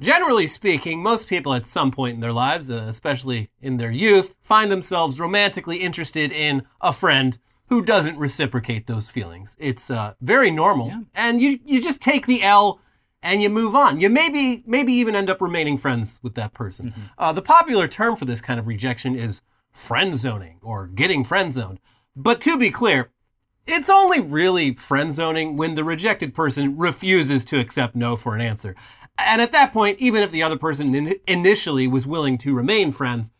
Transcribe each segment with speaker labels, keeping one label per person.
Speaker 1: Generally speaking, most people at some point in their lives, uh, especially in their youth, find themselves romantically interested in a friend who doesn't reciprocate those feelings. It's uh, very normal, and you you just take the L and you move on. You maybe maybe even end up remaining friends with that person. Uh, the popular term for this kind of rejection is friend zoning or getting friend zoned. But to be clear, it's only really friend zoning when the rejected person refuses to accept no for an answer. And at that point, even if the other person in- initially was willing to remain friends,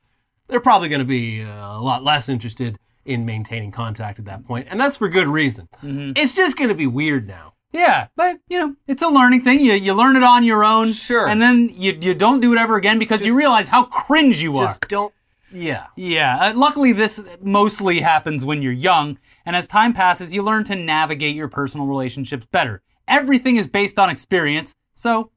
Speaker 1: they're probably going to be uh, a lot less interested in maintaining contact at that point. And that's for good reason. It's just going to be weird now.
Speaker 2: Yeah, but you know, it's a learning thing. You you learn it on your own.
Speaker 1: Sure.
Speaker 2: And then you you don't do it ever again because you realize how cringe you are.
Speaker 1: Just don't, yeah.
Speaker 2: Yeah. Uh, luckily, this mostly happens when you're young, and as time passes, you learn to navigate your personal relationships better. Everything is based on experience, so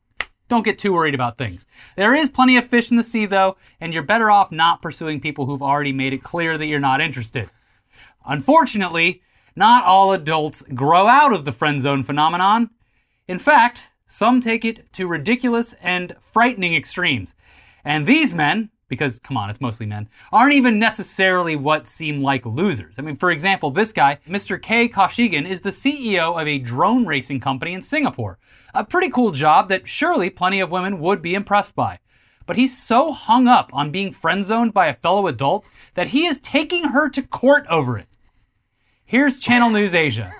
Speaker 2: don't get too worried about things. There is plenty of fish in the sea, though, and you're better off not pursuing people who've already made it clear that you're not interested. Unfortunately, not all adults grow out of the friend zone phenomenon. In fact, some take it to ridiculous and frightening extremes. And these men, because come on, it's mostly men, aren't even necessarily what seem like losers. I mean, for example, this guy, Mr. K. Koshigan, is the CEO of a drone racing company in Singapore. A pretty cool job that surely plenty of women would be impressed by. But he's so hung up on being friend zoned by a fellow adult that he is taking her to court over it. Here's Channel News Asia.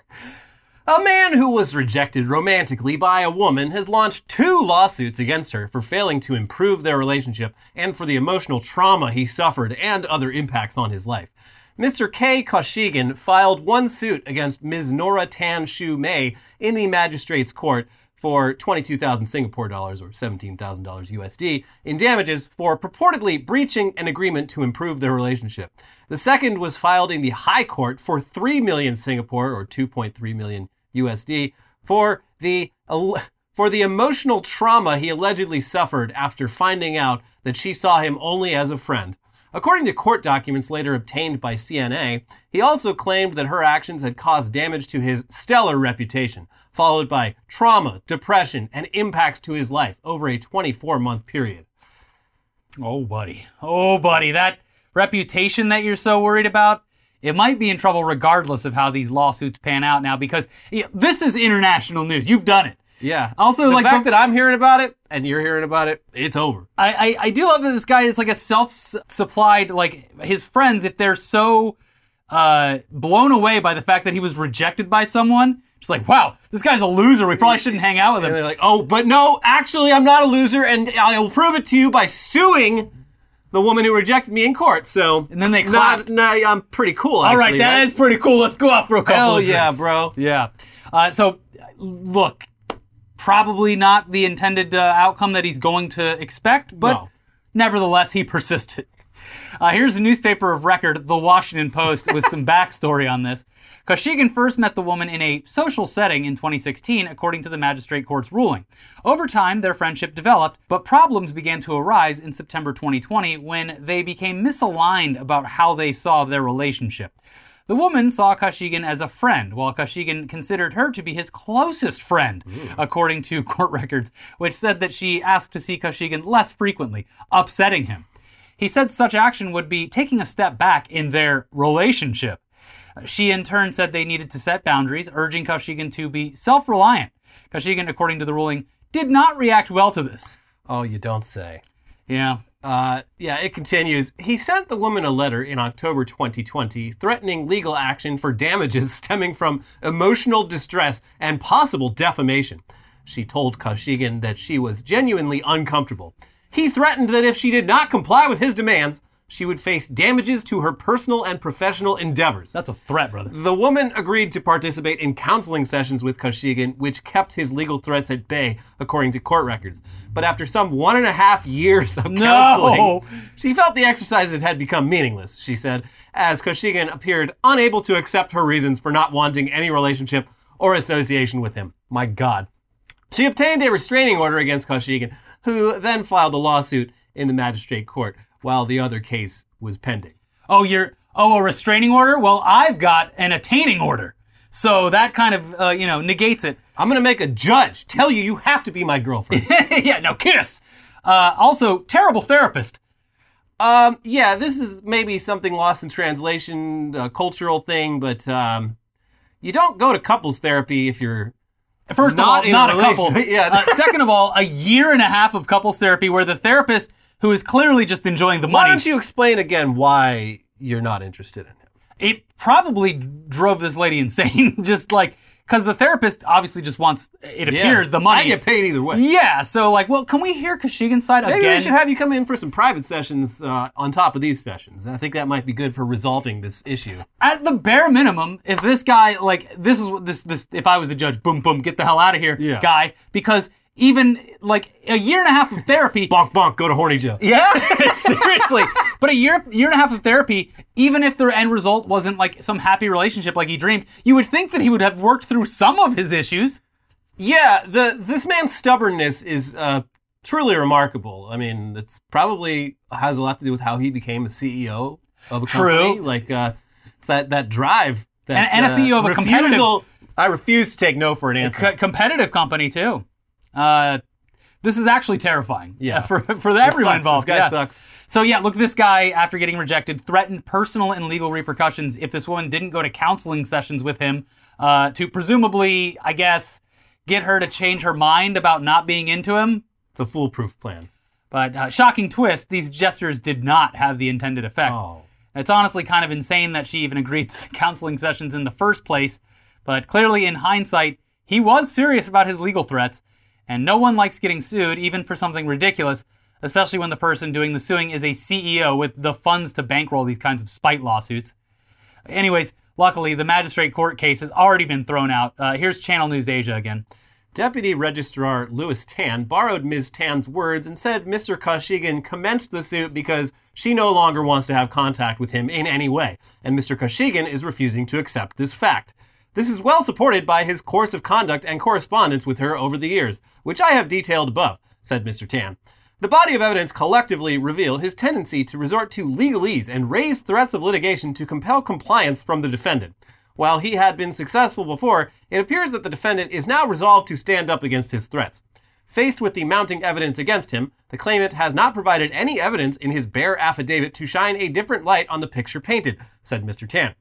Speaker 1: A man who was rejected romantically by a woman has launched two lawsuits against her for failing to improve their relationship and for the emotional trauma he suffered and other impacts on his life. Mr. K. Koshigan filed one suit against Ms. Nora Tan Shu Mei in the magistrate's court for 22,000 Singapore dollars or $17,000 USD in damages for purportedly breaching an agreement to improve their relationship. The second was filed in the High Court for 3 million Singapore or 2.3 million USD for the al- for the emotional trauma he allegedly suffered after finding out that she saw him only as a friend. According to court documents later obtained by CNA, he also claimed that her actions had caused damage to his stellar reputation, followed by trauma, depression, and impacts to his life over a 24 month period.
Speaker 2: Oh, buddy. Oh, buddy. That reputation that you're so worried about, it might be in trouble regardless of how these lawsuits pan out now because yeah, this is international news. You've done it.
Speaker 1: Yeah.
Speaker 2: Also,
Speaker 1: the
Speaker 2: like,
Speaker 1: fact
Speaker 2: bef-
Speaker 1: that I'm hearing about it and you're hearing about it, it's over.
Speaker 2: I, I, I do love that this guy is like a self supplied, like his friends, if they're so uh, blown away by the fact that he was rejected by someone, just like, wow, this guy's a loser. We probably shouldn't hang out with
Speaker 1: And
Speaker 2: him.
Speaker 1: they're like, oh, but no, actually, I'm not a loser, and I'll prove it to you by suing the woman who rejected me in court. So, and
Speaker 2: then they clapped.
Speaker 1: No, I'm pretty cool.
Speaker 2: All right,
Speaker 1: actually,
Speaker 2: that is pretty cool. Let's go out for a couple
Speaker 1: Hell
Speaker 2: of
Speaker 1: yeah,
Speaker 2: drinks.
Speaker 1: bro.
Speaker 2: Yeah. Uh, so, look, probably not the intended uh, outcome that he's going to expect, but
Speaker 1: No.
Speaker 2: nevertheless, he persisted. Uh, here's a newspaper of record, The Washington Post, with some backstory on this. Koshigan first met the woman in a social setting in 2016, according to the magistrate court's ruling. Over time, their friendship developed, but problems began to arise in September 2020 when they became misaligned about how they saw their relationship. The woman saw Kashigan as a friend, while Kashigan considered her to be his closest friend, according to court records, which said that she asked to see Kashigan less frequently, upsetting him. He said such action would be taking a step back in their relationship. She in turn said they needed to set boundaries, urging Kashigan to be self reliant. Kashigan, according to the ruling, did not react well to this.
Speaker 1: Oh, you don't say.
Speaker 2: Yeah.
Speaker 1: Uh, yeah, it continues. He sent the woman a letter in October 2020 threatening legal action for damages stemming from emotional distress and possible defamation. She told Koshigan that she was genuinely uncomfortable. He threatened that if she did not comply with his demands, she would face damages to her personal and professional endeavors.
Speaker 2: That's a threat, brother.
Speaker 1: The woman agreed to participate in counseling sessions with Koshigan, which kept his legal threats at bay, according to court records. But after some one and a half years of counseling, she felt the exercises had become meaningless, she said, as Koshigan appeared unable to accept her reasons for not wanting any relationship or association with him. My God. She obtained a restraining order against Koshigan, who then filed a lawsuit in the magistrate court while the other case was pending.
Speaker 2: Oh, you're oh a restraining order? Well, I've got an attaining order. So that kind of, uh, you know, negates it.
Speaker 1: I'm gonna make a judge tell you you have to be my girlfriend.
Speaker 2: yeah, now kiss. Uh, also, terrible therapist.
Speaker 1: um, yeah, this is maybe something lost in translation, a cultural thing, but um, you don't go to couples therapy if you're
Speaker 2: First
Speaker 1: Not
Speaker 2: of
Speaker 1: in
Speaker 2: all,
Speaker 1: a
Speaker 2: not a,
Speaker 1: relation-
Speaker 2: couple.
Speaker 1: Yeah.
Speaker 2: Uh, second of all, a year and a half of couples therapy where the therapist, who is clearly just enjoying the
Speaker 1: Why
Speaker 2: money,
Speaker 1: don't you explain again why you're not interested in him?
Speaker 2: it probably drove this lady insane. just like, because the therapist obviously just wants, it appears, the money.
Speaker 1: I get paid either way.
Speaker 2: Yeah, so like, well, can we hear Kashigan's side
Speaker 1: Maybe
Speaker 2: again?
Speaker 1: we should have you come in for some private sessions uh, on top of these sessions. And I think that might be good for resolving this issue.
Speaker 2: At the bare minimum, if this guy, like, this is what this, this, if I was the judge, boom, boom, get the hell out of here,
Speaker 1: Yeah.
Speaker 2: guy, because even like a year and a half of therapy,
Speaker 1: Bonk, bonk, go to Horny Joe.
Speaker 2: Yeah, seriously. But a year, year and a half of therapy, even if the end result wasn't like some happy relationship like he dreamed, you would think that he would have worked through some of his issues.
Speaker 1: Yeah, the this man's stubbornness is uh, truly remarkable. I mean, it's probably has a lot to do with how he became a CEO of a
Speaker 2: True.
Speaker 1: company. Like, uh, it's that, that drive. That, uh,
Speaker 2: And- and a CEO of a competitive-
Speaker 1: refusal- I refuse to take no for an answer.
Speaker 2: C- competitive company too. Uh, this is actually terrifying.
Speaker 1: Yeah.
Speaker 2: uh, for for
Speaker 1: This
Speaker 2: everyone
Speaker 1: sucks.
Speaker 2: involved.
Speaker 1: This guy
Speaker 2: yeah.
Speaker 1: sucks.
Speaker 2: So yeah, look, this guy after getting rejected threatened personal and legal repercussions if this woman didn't go to counseling sessions with him uh, to presumably, I guess, get her to change her mind about not being into him.
Speaker 1: It's a foolproof plan.
Speaker 2: But uh, shocking twist, these gestures did not have the intended effect.
Speaker 1: Oh.
Speaker 2: It's honestly kind of insane that she even agreed to counseling sessions in the first place, but clearly in hindsight, he was serious about his legal threats, and no one likes getting sued even for something ridiculous, especially when the person doing the suing is a CEO with the funds to bankroll these kinds of spite lawsuits. Anyways, luckily the magistrate court case has already been thrown out. Uh, here's Channel News Asia again.
Speaker 1: Deputy Registrar Louis Tan borrowed Ms. Tan's words and said Mr. Koshigan commenced the suit because she no longer wants to have contact with him in any way, and Mr. Koshigan is refusing to accept this fact. This is well supported by his course of conduct and correspondence with her over the years, which I have detailed above, said Mr. Tan. The body of evidence collectively reveal his tendency to resort to legalese and raise threats of litigation to compel compliance from the defendant. While he had been successful before, it appears that the defendant is now resolved to stand up against his threats. Faced with the mounting evidence against him, the claimant has not provided any evidence in his bare affidavit to shine a different light on the picture painted, said Mr. Tan.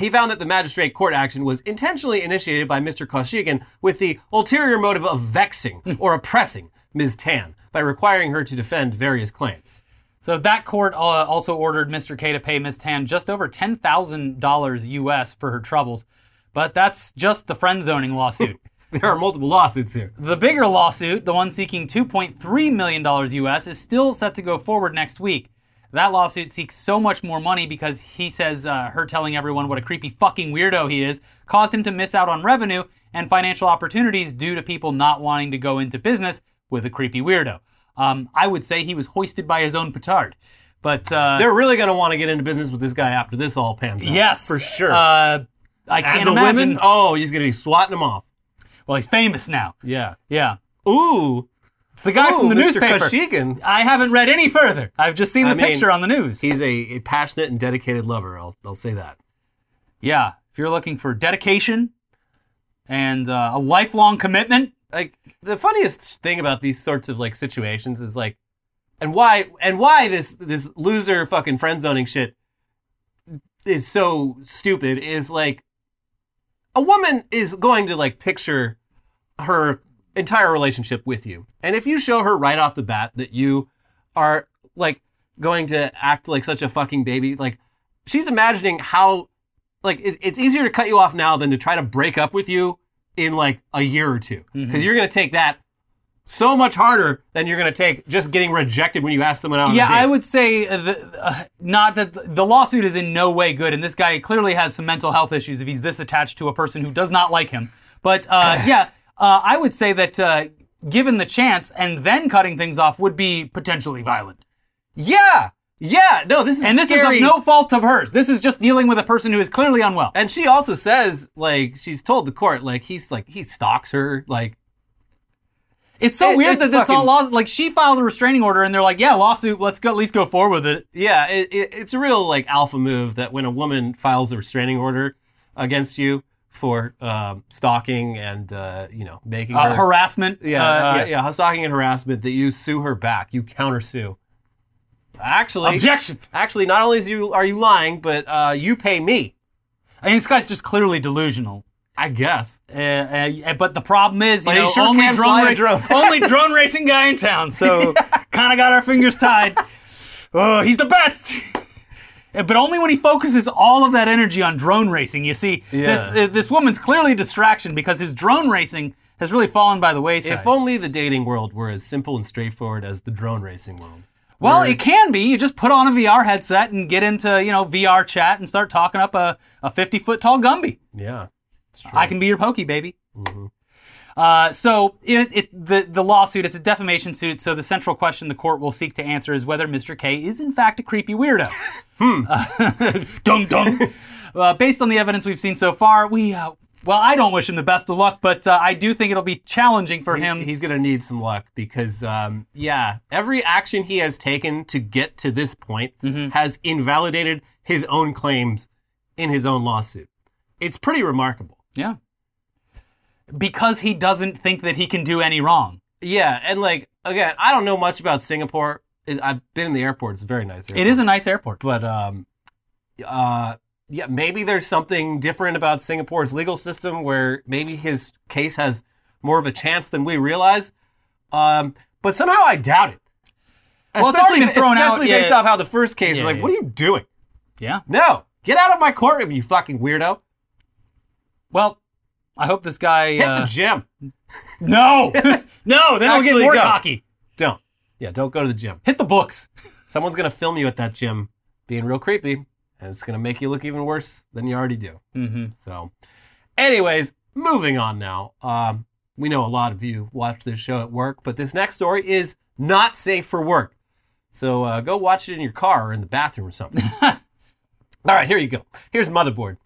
Speaker 1: He found that the magistrate court action was intentionally initiated by Mr. Koshigan with the ulterior motive of vexing or oppressing Ms. Tan by requiring her to defend various claims.
Speaker 2: So that court uh, also ordered Mr. K to pay Ms. Tan just over ten thousand dollars U.S. for her troubles, but that's just the friend zoning lawsuit.
Speaker 1: There are multiple lawsuits here.
Speaker 2: the bigger lawsuit, the one seeking two point three million dollars U.S., is still set to go forward next week. That lawsuit seeks so much more money because he says uh, her telling everyone what a creepy fucking weirdo he is caused him to miss out on revenue and financial opportunities due to people not wanting to go into business with a creepy weirdo. Um, I would say he was hoisted by his own petard. But uh,
Speaker 1: They're really going to want to get into business with this guy after this all pans out.
Speaker 2: Yes,
Speaker 1: for sure.
Speaker 2: Uh, I can't
Speaker 1: and the
Speaker 2: imagine.
Speaker 1: women, oh, he's going to be swatting them off.
Speaker 2: Well, he's famous now.
Speaker 1: Yeah.
Speaker 2: Yeah,
Speaker 1: Ooh,
Speaker 2: it's the guy
Speaker 1: Ooh,
Speaker 2: from the
Speaker 1: Mr.
Speaker 2: newspaper.
Speaker 1: Koshigan.
Speaker 2: I haven't read any further. I've just seen the
Speaker 1: I mean,
Speaker 2: picture on the news.
Speaker 1: He's a, a passionate and dedicated lover. I'll, I'll say that.
Speaker 2: yeah, if you're looking for dedication and uh, a lifelong commitment,
Speaker 1: Like the funniest thing about these sorts of like situations is like, and why and why this this loser fucking friend zoning shit is so stupid is like, a woman is going to like picture her entire relationship with you, and if you show her right off the bat that you are like going to act like such a fucking baby, like she's imagining how like it, it's easier to cut you off now than to try to break up with you in like a year or two because
Speaker 2: Mm-hmm.
Speaker 1: you're going to take that so much harder than you're going to take just getting rejected when you ask someone out on
Speaker 2: yeah,
Speaker 1: a date.
Speaker 2: I would say uh, the, uh, not that th- the lawsuit is in no way good, and this guy clearly has some mental health issues if he's this attached to a person who does not like him. But uh, yeah, uh, I would say that uh, given the chance and then cutting things off would be potentially violent.
Speaker 1: yeah yeah no this is
Speaker 2: And this
Speaker 1: scary.
Speaker 2: is of no fault of hers. This is just dealing with a person who is clearly unwell.
Speaker 1: and she also says like she's told the court like he's like he stalks her like
Speaker 2: It's so
Speaker 1: it-
Speaker 2: weird
Speaker 1: it's
Speaker 2: that this all
Speaker 1: fucking-
Speaker 2: law, like she filed a restraining order and they're like, yeah, lawsuit, let's go, at least go forward with it.
Speaker 1: yeah it, it, it's a real like alpha move that when a woman files a restraining order against you for um, stalking and uh, you know making
Speaker 2: Uh,
Speaker 1: her,
Speaker 2: harassment.
Speaker 1: yeah,
Speaker 2: uh,
Speaker 1: uh,
Speaker 2: yeah.
Speaker 1: yeah stalking and harassment that you sue her back. You countersue. Actually,
Speaker 2: Objection.
Speaker 1: actually, not only is you are you lying, but uh, you pay me.
Speaker 2: I mean, this guy's just clearly delusional.
Speaker 1: I guess.
Speaker 2: Uh, uh, but the problem is, you
Speaker 1: But he
Speaker 2: know,
Speaker 1: sure
Speaker 2: only
Speaker 1: can
Speaker 2: drone,
Speaker 1: fly a
Speaker 2: rac-
Speaker 1: drone.
Speaker 2: only drone racing guy in town. So kind of got our fingers tied. Oh, he's the best. Uh, But only when he focuses all of that energy on drone racing. You see, this
Speaker 1: Yeah.
Speaker 2: uh, this woman's clearly a distraction because his drone racing has really fallen by the wayside.
Speaker 1: If only the dating world were as simple and straightforward as the drone racing world.
Speaker 2: Well, it can be. You just put on a VR headset and get into, you know, VR chat and start talking up a, a 50 foot tall Gumby.
Speaker 1: Yeah.
Speaker 2: I can be your pokey, baby.
Speaker 1: Mm-hmm.
Speaker 2: Uh, so it, it, the, the lawsuit, it's a defamation suit. So the central question the court will seek to answer is whether Mr. K is in fact a creepy weirdo.
Speaker 1: Hmm. Dum dum.
Speaker 2: uh, based on the evidence we've seen so far, we, uh, well, I don't wish him the best of luck, but uh, I do think it'll be challenging for him.
Speaker 1: He's gonna need some luck because, um, yeah, every action he has taken to get to this point has invalidated his own claims in his own lawsuit. It's pretty remarkable.
Speaker 2: yeah. Because he doesn't think that he can do any wrong.
Speaker 1: Yeah, and like again, I don't know much about Singapore. I- I've been in the airport; it's a very nice. Airport.
Speaker 2: It is a nice airport.
Speaker 1: but um, uh, yeah, maybe there's something different about Singapore's legal system where maybe his case has more of a chance than we realize. Um, but somehow I doubt it.
Speaker 2: Well, it's already
Speaker 1: Especially-
Speaker 2: been thrown out,
Speaker 1: especially
Speaker 2: yeah.
Speaker 1: based off how the first case is
Speaker 2: Yeah,
Speaker 1: like.
Speaker 2: yeah.
Speaker 1: What are you doing?
Speaker 2: Yeah.
Speaker 1: No, get out of my courtroom, you fucking weirdo!
Speaker 2: Well, I hope this guy.
Speaker 1: Hit
Speaker 2: Uh,
Speaker 1: the gym.
Speaker 2: no, no, then I'll get
Speaker 1: Actually,
Speaker 2: more
Speaker 1: go.
Speaker 2: cocky.
Speaker 1: Don't. Yeah, don't go to the gym.
Speaker 2: Hit the books.
Speaker 1: Someone's gonna film you at that gym being real creepy, and it's gonna make you look even worse than you already do.
Speaker 2: Mm-hmm.
Speaker 1: So, anyways, moving on now. Um, we know a lot of you watch this show at work, but this next story is not safe for work. So uh, go watch it in your car or in the bathroom or something. All right, here you go. Here's Motherboard.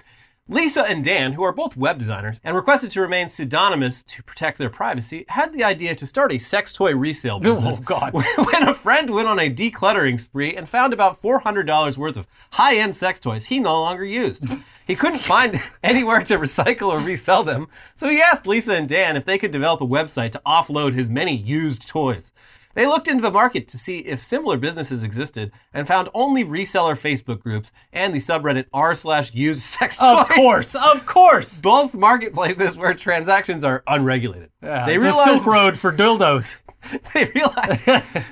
Speaker 1: Lisa and Dan, who are both web designers and requested to remain pseudonymous to protect their privacy, had the idea to start a sex toy resale business.
Speaker 2: Oh, God.
Speaker 1: When a friend went on a decluttering spree and found about $400 worth of high end sex toys he no longer used, he couldn't find anywhere to recycle or resell them, so he asked Lisa and Dan if they could develop a website to offload his many used toys. They looked into the market to see if similar businesses existed and found only reseller Facebook groups and the subreddit r slash used sex toys.
Speaker 2: Of course, of course.
Speaker 1: Both marketplaces where transactions are unregulated.
Speaker 2: it's a Silk Road for dildos.
Speaker 1: they realized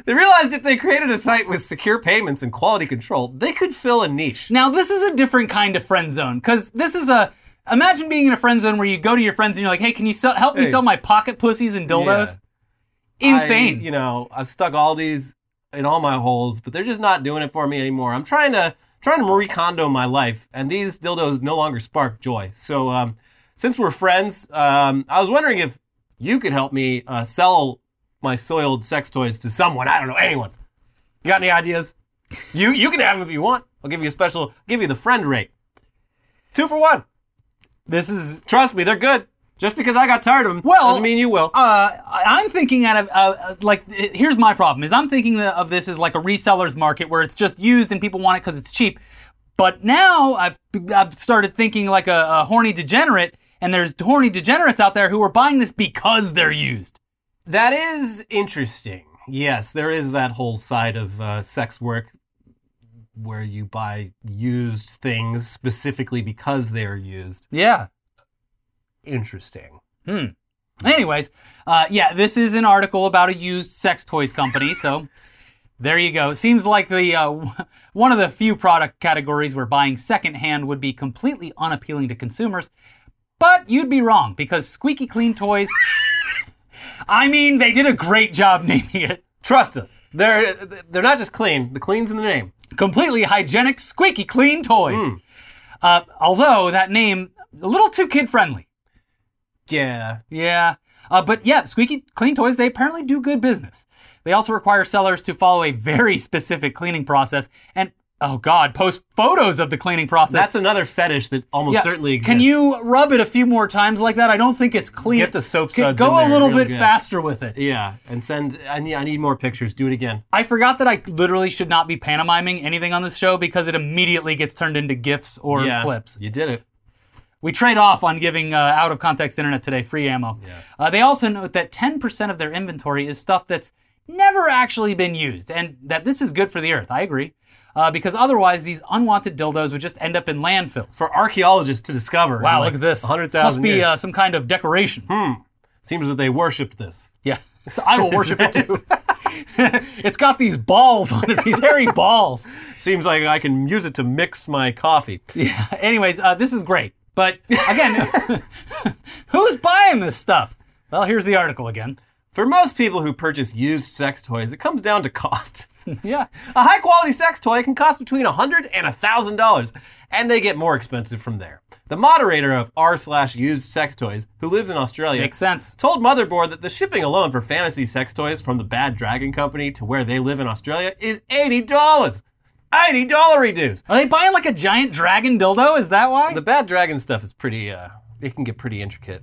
Speaker 1: they realized if they created a site with secure payments and quality control, they could fill a niche.
Speaker 2: Now this is a different kind of friend zone because this is a. Imagine being in a friend zone where you go to your friends and you're like, "Hey, can you sell, help me
Speaker 1: Hey.
Speaker 2: sell my pocket pussies and dildos?" Insane.
Speaker 1: I, you know, I've stuck all these in all my holes, but they're just not doing it for me anymore. I'm trying to trying to Marie Kondo my life, and these dildos no longer spark joy. So, um, since we're friends, um, I was wondering if you could help me uh, sell my soiled sex toys to someone. I don't know anyone. You got any ideas? You you can have them if you want. I'll give you a special. Give you the friend rate. Two for one.
Speaker 2: This is
Speaker 1: Trust me, they're good. Just because I got tired of them
Speaker 2: Well,
Speaker 1: doesn't mean you will.
Speaker 2: uh, I- I'm thinking out of uh, like h- here's my problem is I'm thinking that- of this as like a reseller's market where it's just used and people want it because it's cheap. But now I've I've started thinking like a, a horny degenerate, and there's horny degenerates out there who are buying this because they're used.
Speaker 1: That is interesting. Yes, there is that whole side of uh, sex work where you buy used things specifically because they are used.
Speaker 2: Yeah.
Speaker 1: Interesting.
Speaker 2: Anyways, uh, yeah, this is an article about a used sex toys company, so there you go. Seems like the uh, one of the few product categories where buying secondhand would be completely unappealing to consumers, but you'd be wrong because squeaky clean toys. I mean, they did a great job naming it.
Speaker 1: Trust us. They're they're not just clean. The clean's in the name.
Speaker 2: completely hygienic, squeaky clean toys. Uh, although that name a little too kid friendly.
Speaker 1: Yeah.
Speaker 2: Yeah. Uh, but yeah, squeaky clean toys, they apparently do good business. They also require sellers to follow a very specific cleaning process and, oh God, post photos of the cleaning process.
Speaker 1: That's another fetish that almost
Speaker 2: Yeah.
Speaker 1: certainly exists.
Speaker 2: Can you rub it a few more times like that? I don't think it's clean.
Speaker 1: Get the soap
Speaker 2: Go-
Speaker 1: suds
Speaker 2: Go
Speaker 1: in there
Speaker 2: a little
Speaker 1: real
Speaker 2: bit
Speaker 1: good.
Speaker 2: faster with it.
Speaker 1: Yeah, and send I need I need more pictures. Do it again.
Speaker 2: I forgot that I literally should not be pantomiming anything on this show because it immediately gets turned into GIFs or clips.
Speaker 1: You did it.
Speaker 2: We trade off on giving uh, out of context internet today free ammo. Uh, they also note that 10% of their inventory is stuff that's never actually been used, and that this is good for the earth. I agree. Uh, because otherwise, these unwanted dildos would just end up in landfills.
Speaker 1: For archaeologists to discover. in,
Speaker 2: Wow,
Speaker 1: like
Speaker 2: look at this.
Speaker 1: 100,000
Speaker 2: Must be
Speaker 1: years.
Speaker 2: uh, some kind of decoration.
Speaker 1: Seems that they worshipped this.
Speaker 2: Yeah. So I will worship it too. it's got these balls on it, these hairy balls.
Speaker 1: Seems like I can use it to mix my coffee.
Speaker 2: Yeah. Anyways, uh, this is great. But again, who's buying this stuff? Well, here's the article again.
Speaker 1: For most people who purchase used sex toys, it comes down to cost.
Speaker 2: Yeah.
Speaker 1: A high quality sex toy can cost between $100 and $1,000, and they get more expensive from there. The moderator of r slash used sex toys, who lives in Australia,
Speaker 2: Makes sense.
Speaker 1: told Motherboard that the shipping alone for fantasy sex toys from the Bad Dragon Company to where they live in Australia is $80. $80 dues.
Speaker 2: Are they buying like a giant dragon dildo? Is that why?
Speaker 1: The Bad Dragon stuff is pretty, uh, it can get pretty intricate.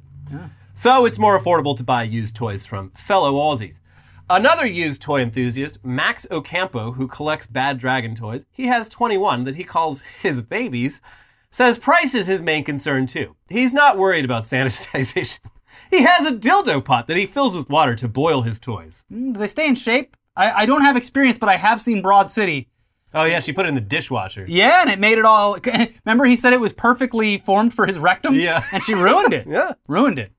Speaker 1: So it's more affordable to buy used toys from fellow Aussies. Another used toy enthusiast, Max Ocampo, who collects Bad Dragon toys, he has 21 that he calls his babies, says price is his main concern too. He's not worried about sanitization. He has a dildo pot that he fills with water to boil his toys.
Speaker 2: Do they stay in shape? I, I don't have experience, but I have seen Broad City.
Speaker 1: Oh, yeah, she put it in the dishwasher.
Speaker 2: Yeah, and it made it all. Remember, he said it was perfectly formed for his rectum?
Speaker 1: Yeah.
Speaker 2: And she ruined it.
Speaker 1: Yeah.
Speaker 2: Ruined it.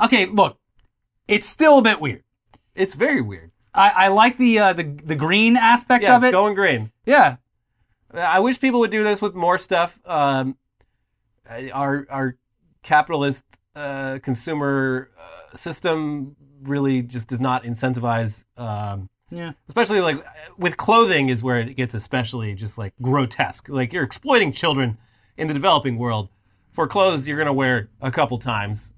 Speaker 2: Okay, look, it's still a bit weird.
Speaker 1: It's very weird.
Speaker 2: I, I like the, uh, the the green aspect
Speaker 1: Yeah,
Speaker 2: of it.
Speaker 1: going green.
Speaker 2: yeah.
Speaker 1: I wish people would do this with more stuff. Um, our our capitalist uh, consumer uh, system really just does not incentivize, um,
Speaker 2: Yeah.
Speaker 1: especially like with clothing is where it gets especially just like grotesque. Like you're exploiting children in the developing world for clothes you're gonna wear a couple times.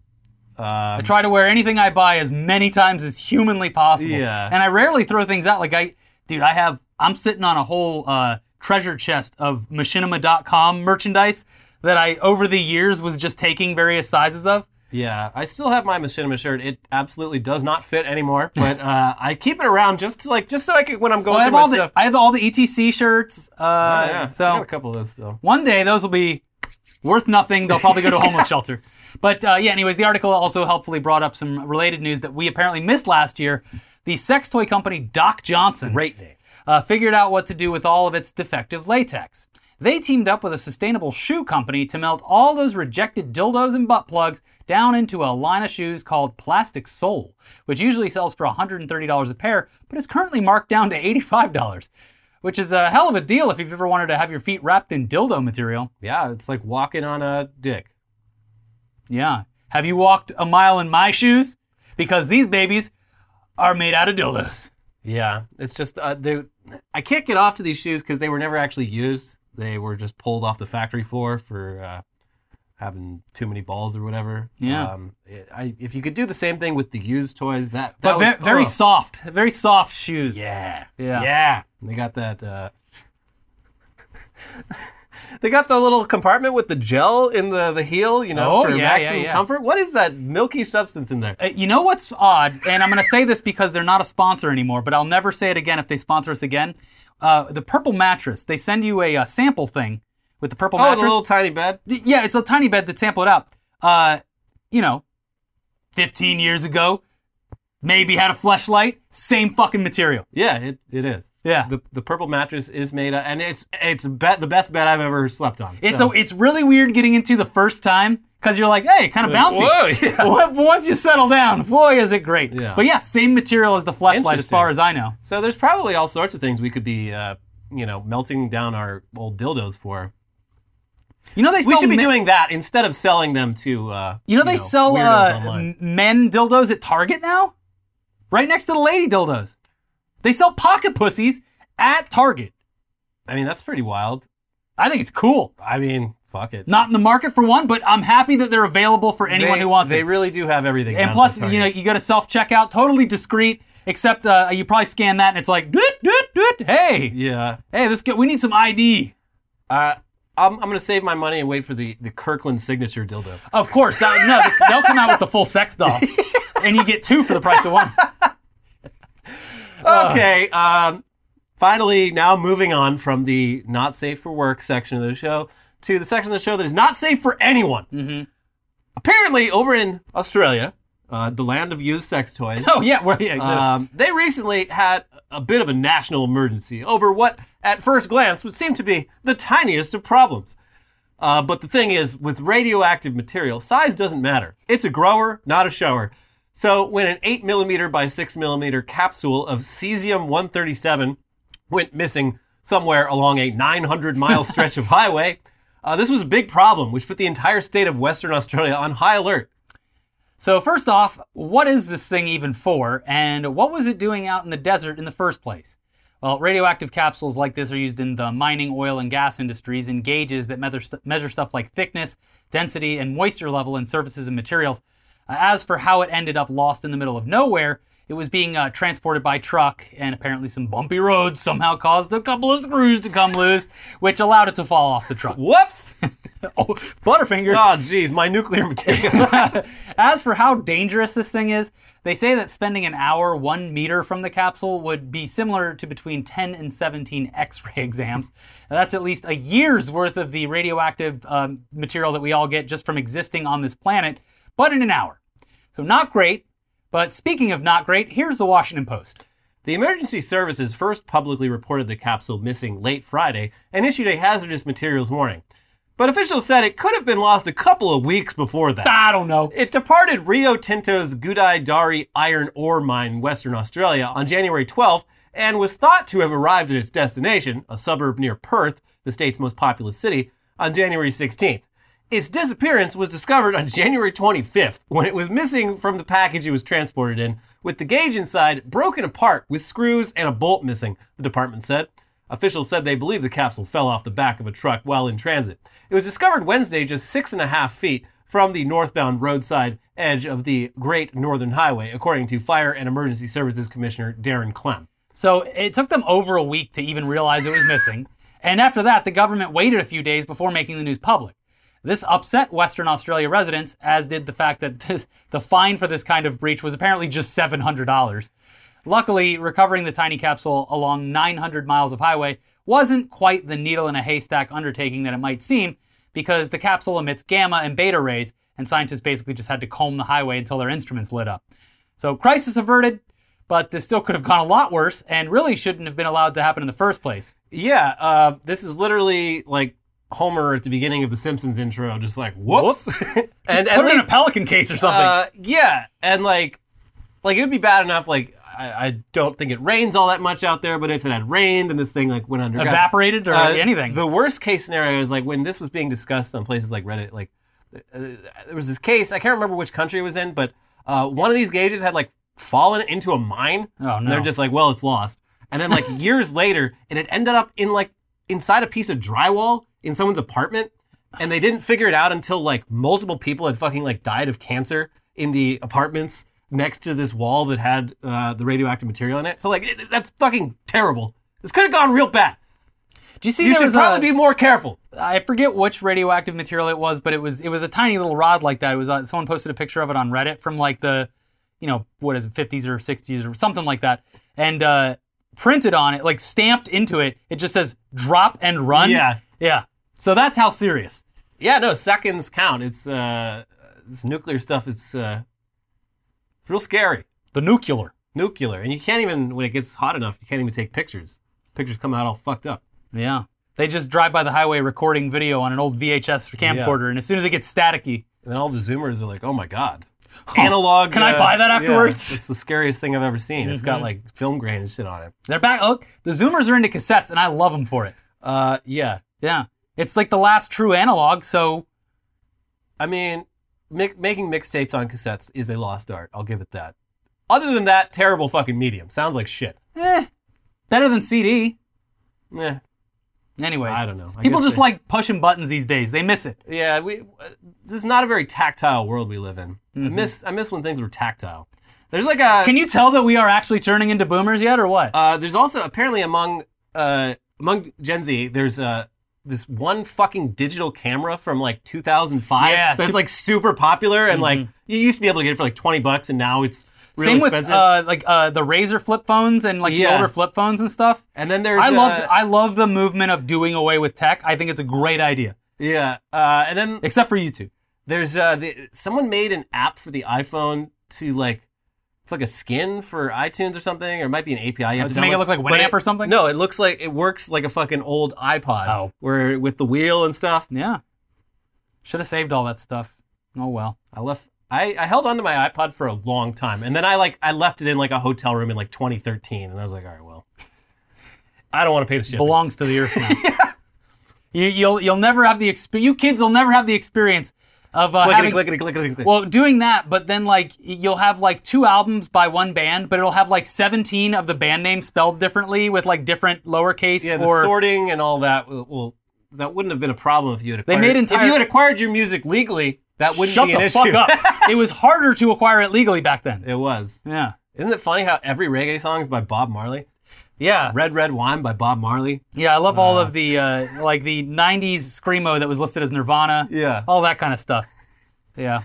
Speaker 1: Uh,
Speaker 2: I try to wear anything I buy as many times as humanly possible.
Speaker 1: Yeah.
Speaker 2: And I rarely throw things out. Like I, dude, I have. I'm sitting on a whole uh, treasure chest of machinima.com merchandise that I over the years was just taking various sizes of.
Speaker 1: Yeah, I still have my machinima shirt. It absolutely does not fit anymore, but uh, I keep it around just to, like just so I can when I'm going through
Speaker 2: I have
Speaker 1: my
Speaker 2: all
Speaker 1: stuff.
Speaker 2: the I have all the ETC shirts. Uh,
Speaker 1: Oh, yeah. I got
Speaker 2: So
Speaker 1: a couple of those though.
Speaker 2: one day those will be worth nothing. They'll probably go to a homeless shelter. But uh, yeah, anyways, the article also helpfully brought up some related news that we apparently missed last year. The sex toy company Doc Johnson
Speaker 1: Great name.
Speaker 2: uh, figured out what to do with all of its defective latex. They teamed up with a sustainable shoe company to melt all those rejected dildos and butt plugs down into a line of shoes called Plastic Soul, which usually sells for $130 a pair, but is currently marked down to $85, which is a hell of a deal if you've ever wanted to have your feet wrapped in dildo material.
Speaker 1: Yeah, it's like walking on a dick.
Speaker 2: Yeah. Have you walked a mile in my shoes? Because these babies are made out of dildos.
Speaker 1: Yeah, it's just uh, they. I can't get off to these shoes because they were never actually used. They were just pulled off the factory floor for uh, having too many balls or whatever.
Speaker 2: Yeah.
Speaker 1: Um, it- I, if you could do the same thing with the used toys, that. that
Speaker 2: But
Speaker 1: would-
Speaker 2: ve- very
Speaker 1: oh.
Speaker 2: soft, very soft shoes.
Speaker 1: Yeah.
Speaker 2: Yeah.
Speaker 1: Yeah. They got that. Uh, they got the little compartment with the gel in the, the heel, you know,
Speaker 2: Oh,
Speaker 1: for
Speaker 2: yeah, yeah,
Speaker 1: maximum
Speaker 2: yeah.
Speaker 1: comfort. What is that milky substance in there?
Speaker 2: Uh, You know what's odd, and I'm going to say this because they're not a sponsor anymore, but I'll never say it again if they sponsor us again. Uh, the purple mattress, they send you a, uh sample thing with the purple
Speaker 1: Oh, the
Speaker 2: mattress.
Speaker 1: little tiny bed.
Speaker 2: Y- Yeah, it's a tiny bed that sample it out. Uh, you know, 15 years ago, maybe had a fleshlight, same fucking material.
Speaker 1: Yeah, it, it is.
Speaker 2: Yeah.
Speaker 1: The, the purple mattress is made of, and it's it's bet the best bed I've ever slept on.
Speaker 2: It's,
Speaker 1: so.
Speaker 2: a, it's really weird getting into the first time because you're like, hey, kind of bouncy.
Speaker 1: Whoa, yeah.
Speaker 2: But Once you settle down, boy, is it great.
Speaker 1: Yeah.
Speaker 2: But yeah, same material as the fleshlight as
Speaker 1: Interesting.
Speaker 2: far as I know.
Speaker 1: So there's probably all sorts of things we could be, uh, you know, melting down our old dildos for.
Speaker 2: You know, they
Speaker 1: We
Speaker 2: sell
Speaker 1: should be
Speaker 2: mi-
Speaker 1: doing that instead of selling them to. Uh,
Speaker 2: You know they sell
Speaker 1: weirdos
Speaker 2: uh,
Speaker 1: online.
Speaker 2: m- men dildos at Target now, right next to the lady dildos. They sell pocket pussies at Target.
Speaker 1: I mean, that's pretty wild.
Speaker 2: I think it's cool.
Speaker 1: I mean, fuck it.
Speaker 2: Not in the market for one, but I'm happy that they're available for anyone
Speaker 1: they,
Speaker 2: who wants
Speaker 1: They
Speaker 2: it.
Speaker 1: really do have everything. down
Speaker 2: And
Speaker 1: at
Speaker 2: plus,
Speaker 1: Target.
Speaker 2: you know, you go to self checkout, totally discreet. Except uh, you probably scan that, and it's like, doot doot doot. Hey,
Speaker 1: Yeah.
Speaker 2: hey, this guy, we need some ID.
Speaker 1: Uh, I'm, I'm gonna save my money and wait for the the Kirkland signature dildo.
Speaker 2: Of course, that, no, they'll come out with the full sex doll, and you get two for the price of one. Ah.
Speaker 1: Okay. Um, finally, now moving on from
Speaker 2: Mm-hmm.
Speaker 1: the not safe for work section of the show to the section of the show that is not safe for anyone. apparently, over in Australia, uh, the land of used sex toys,
Speaker 2: Oh yeah, well, yeah.
Speaker 1: um, they recently had a bit of a national emergency over what, at first glance, would seem to be the tiniest of problems. Uh, but the thing is, with radioactive material, size doesn't matter. It's a grower, not a shower. So when an 8 millimeter by 6 millimeter capsule of cesium 137 went missing somewhere along a 900 mile stretch of highway, uh, this was a big problem, which put the entire state of Western Australia on high alert.
Speaker 2: so first off, what is this thing even for, and what was it doing out in the desert in the first place? Well, radioactive capsules like this are used in the mining, oil, and gas industries in gauges that measure, st- measure stuff like thickness, density, and moisture level in surfaces and materials. Uh, as for how it ended up lost in the middle of nowhere, it was being uh, transported by truck, and apparently some bumpy roads somehow caused a couple of screws to come loose, which allowed it to fall off the truck.
Speaker 1: Whoops!
Speaker 2: oh, Butterfingers.
Speaker 1: Oh, geez, my nuclear material.
Speaker 2: As for how dangerous this thing is, they say that spending an hour one meter from the capsule would be similar to between 10 and 17 x ray exams. Now, that's at least a year's worth of the radioactive um, material that we all get just from existing on this planet, but in an hour. So, not great. But speaking of not great, here's the Washington Post.
Speaker 1: The emergency services first publicly reported the capsule missing late Friday and issued a hazardous materials warning. But officials said it could have been lost a couple of weeks before that.
Speaker 2: I don't know.
Speaker 1: It departed Rio Tinto's Gudai Dari iron ore mine in Western Australia on January 12th and was thought to have arrived at its destination, a suburb near Perth, the state's most populous city, on January 16th. Its disappearance was discovered on January 25th when it was missing from the package it was transported in, with the gauge inside broken apart with screws and a bolt missing, the department said. Officials said they believe the capsule fell off the back of a truck while in transit. It was discovered Wednesday just six and a half feet from the northbound roadside edge of the Great Northern Highway, according to Fire and Emergency Services Commissioner Darren Clem.
Speaker 2: So it took them over a week to even realize it was missing. And after that, the government waited a few days before making the news public. This upset Western Australia residents, as did the fact that this, the fine for this kind of breach was apparently just $700. Luckily, recovering the tiny capsule along 900 miles of highway wasn't quite the needle in a haystack undertaking that it might seem, because the capsule emits gamma and beta rays, and scientists basically just had to comb the highway until their instruments lit up. So, crisis averted, but this still could have gone a lot worse and really shouldn't have been allowed to happen in the first place.
Speaker 1: Yeah, uh, this is literally like Homer at the beginning of the Simpsons intro, just like, whoops. and
Speaker 2: Put
Speaker 1: at
Speaker 2: it in a
Speaker 1: least,
Speaker 2: pelican case or something.
Speaker 1: uh, yeah, and like, like it would be bad enough, like, I, I don't think it rains all that much out there, but if it had rained and this thing like went underground,
Speaker 2: Evaporated or
Speaker 1: Uh,
Speaker 2: anything.
Speaker 1: The worst case scenario is like when this was being discussed on places like Reddit. Like uh, there was this case I can't remember which country it was in, but uh, one of these gauges had like fallen into a mine.
Speaker 2: Oh,
Speaker 1: And they're
Speaker 2: no.
Speaker 1: just like, well, it's lost. And then like years later, it had ended up in like inside a piece of drywall in someone's apartment, and they didn't figure it out until like multiple people had fucking like died of cancer in the apartments next to this wall that had uh, the radioactive material in it. So like it, that's fucking terrible. This could have gone real bad.
Speaker 2: Do you see
Speaker 1: You
Speaker 2: there
Speaker 1: should
Speaker 2: was a-
Speaker 1: probably be more careful.
Speaker 2: I forget which radioactive material it was, but it was it was a tiny little rod like that. It was uh, someone posted a picture of it on Reddit from like the, you know, what is it, 50s or 60s or something like that, and uh, printed on it, like stamped into it, it just says "drop and run."
Speaker 1: Yeah.
Speaker 2: yeah. So that's how serious.
Speaker 1: Yeah, no, seconds count. It's uh, this nuclear stuff. It's uh, it's real scary.
Speaker 2: The nuclear.
Speaker 1: Nuclear, and you can't even when it gets hot enough, you can't even take pictures. Pictures come out all fucked up.
Speaker 2: Yeah. They just drive by the highway recording video on an old VHS camcorder, and as soon as it gets staticky,
Speaker 1: And then all the Zoomers are like, "Oh my god, analog." uh,
Speaker 2: Can I buy that
Speaker 1: yeah,
Speaker 2: afterwards?
Speaker 1: it's the scariest thing I've ever seen. It's got like film grain and shit on it.
Speaker 2: they're back. Oh, the Zoomers are into cassettes, and I love them for it.
Speaker 1: Uh, yeah.
Speaker 2: Yeah. It's like the last true analog, so
Speaker 1: I mean, mi- making mixtapes on cassettes is a lost art. I'll give it that. Other than that, terrible fucking medium. Sounds like shit.
Speaker 2: eh, better than CD.
Speaker 1: Eh,
Speaker 2: Anyways,
Speaker 1: I don't know. I
Speaker 2: People
Speaker 1: guess
Speaker 2: just
Speaker 1: they-
Speaker 2: like pushing buttons these days. They miss it.
Speaker 1: Yeah, we. uh, This is not a very tactile world we live in. I miss I miss when things were tactile. There's like a.
Speaker 2: Mm-hmm. Can you tell that we are actually turning into boomers yet, or what?
Speaker 1: uh, there's also apparently among uh, among Gen Z, there's uh, this one fucking digital camera from like 2005
Speaker 2: Yeah,
Speaker 1: that's
Speaker 2: sup-
Speaker 1: like super popular and like you used to be able to get it for like 20 bucks and now it's really
Speaker 2: Same
Speaker 1: expensive.
Speaker 2: with uh, like uh, the Razor flip phones and like
Speaker 1: Yeah.
Speaker 2: the older flip phones and stuff.
Speaker 1: and then there's
Speaker 2: I love
Speaker 1: uh,
Speaker 2: I love the movement of doing away with tech. I think it's a great idea,
Speaker 1: yeah, uh, and then
Speaker 2: except for YouTube.
Speaker 1: There's uh, the, someone made an app for the iPhone to like, it's like a skin for iTunes or something, or it might be an API. You have
Speaker 2: Oh, to make it
Speaker 1: download.
Speaker 2: look like
Speaker 1: But
Speaker 2: Winamp
Speaker 1: it-
Speaker 2: or something?
Speaker 1: No, it looks like it works like a fucking old iPod,
Speaker 2: Oh.
Speaker 1: where with the wheel and stuff.
Speaker 2: Yeah. Should have saved all that stuff. Oh well.
Speaker 1: I left. I, I held onto my iPod for a long time, and then I like I left it in like a hotel room in like 2013, and I was like, all right, well, I don't want to pay the shipping.
Speaker 2: Belongs to the earth now. you, you'll you'll never have the experience. You kids will never have the experience of uh,
Speaker 1: clickety,
Speaker 2: having
Speaker 1: clickety, clickety, clickety.
Speaker 2: well doing that. But then like you'll have like two albums by one band, but it'll have like seventeen of the band names spelled differently with like different lowercase
Speaker 1: yeah, the
Speaker 2: or
Speaker 1: sorting and all that. will- Well, that wouldn't have been a problem if you had
Speaker 2: They
Speaker 1: acquired.
Speaker 2: made
Speaker 1: If
Speaker 2: entire-
Speaker 1: you had acquired your music legally, that wouldn't
Speaker 2: shut
Speaker 1: be
Speaker 2: the
Speaker 1: an issue.
Speaker 2: fuck up. it was harder to acquire it legally back then.
Speaker 1: It was.
Speaker 2: Yeah.
Speaker 1: Isn't it funny how every reggae song is by Bob Marley?
Speaker 2: Yeah.
Speaker 1: Red Red Wine by Bob Marley.
Speaker 2: Yeah, I love all of the uh, like the '90s screamo that was listed as Nirvana.
Speaker 1: Yeah.
Speaker 2: all that kind of stuff. Yeah,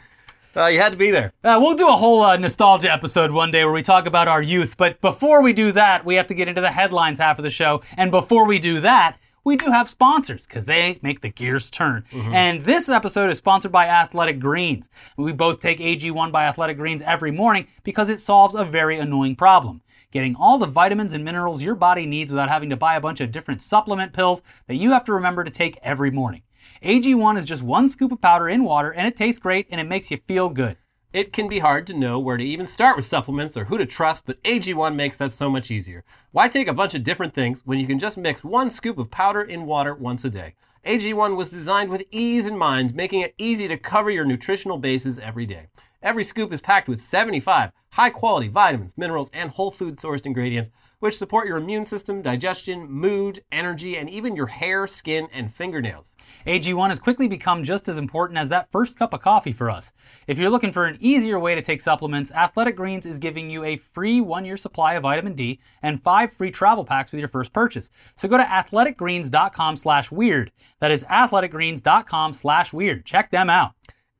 Speaker 1: Uh, you had to be there.
Speaker 2: uh, we'll do a whole uh, nostalgia episode one day where we talk about our youth. But before we do that, we have to get into the headlines half of the show. And before we do that, we do have sponsors because they make the gears turn. And this episode is sponsored by Athletic Greens. We both take AG1 by Athletic Greens every morning because it solves a very annoying problem getting all the vitamins and minerals your body needs without having to buy a bunch of different supplement pills that you have to remember to take every morning. AG1 is just one scoop of powder in water and it tastes great and it makes you feel good.
Speaker 1: It can be hard to know where to even start with supplements or who to trust, but AG1 makes that so much easier. Why take a bunch of different things when you can just mix one scoop of powder in water once a day? AG1 was designed with ease in mind, making it easy to cover your nutritional bases every day. Every scoop is packed with 75 high quality vitamins, minerals, and whole food sourced ingredients, which support your immune system, digestion, mood, energy, and even your hair, skin, and fingernails.
Speaker 2: AG1 has quickly become just as important as that first cup of coffee for us. If you're looking for an easier way to take supplements, Athletic Greens is giving you a free one year supply of vitamin D and five free travel packs with your first purchase. So go to athleticgreens.com slash weird. That is athleticgreens.com slash weird. Check them out.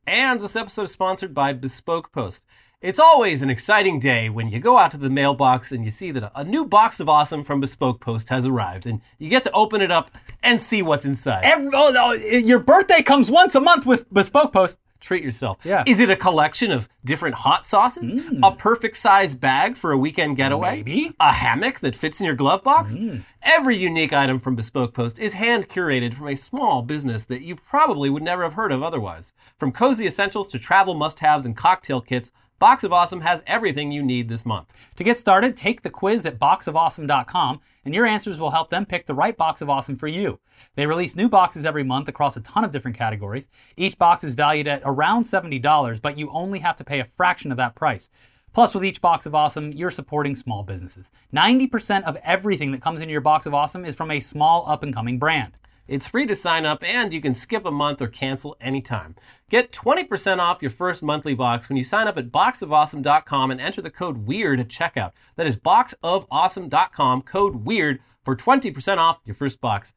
Speaker 1: And this episode is sponsored by Bespoke Post. It's always an exciting day when you go out to the mailbox and you see that a new box of awesome from Bespoke Post has arrived, and you get to open it up and see what's inside.
Speaker 2: Every, oh, oh, your birthday comes once a month with Bespoke Post.
Speaker 1: Treat yourself.
Speaker 2: Yeah. Mm.
Speaker 1: Is it a collection of different hot sauces? A perfect size bag for a weekend getaway?
Speaker 2: Maybe. Mm.
Speaker 1: A hammock that fits in your glove box? Every unique item from Bespoke Post is hand curated from a small business that you probably would never have heard of otherwise. From cozy essentials to travel must haves and cocktail kits, Box of Awesome has everything you need this month.
Speaker 2: To get started, take the quiz at boxofawesome.com, and your answers will help them pick the right box of awesome for you. They release new boxes every month across a ton of different categories. Each box is valued at around $70, but you only have to pay a fraction of that price. Plus, with each box of awesome, you're supporting small businesses. 90% of everything that comes into your box of awesome is from a small up and coming brand.
Speaker 1: It's free to sign up and you can skip a month or cancel anytime. Get 20% off your first monthly box when you sign up at boxofawesome.com and enter the code WEIRD at checkout. That is boxofawesome.com, code WEIRD for 20% off your first box.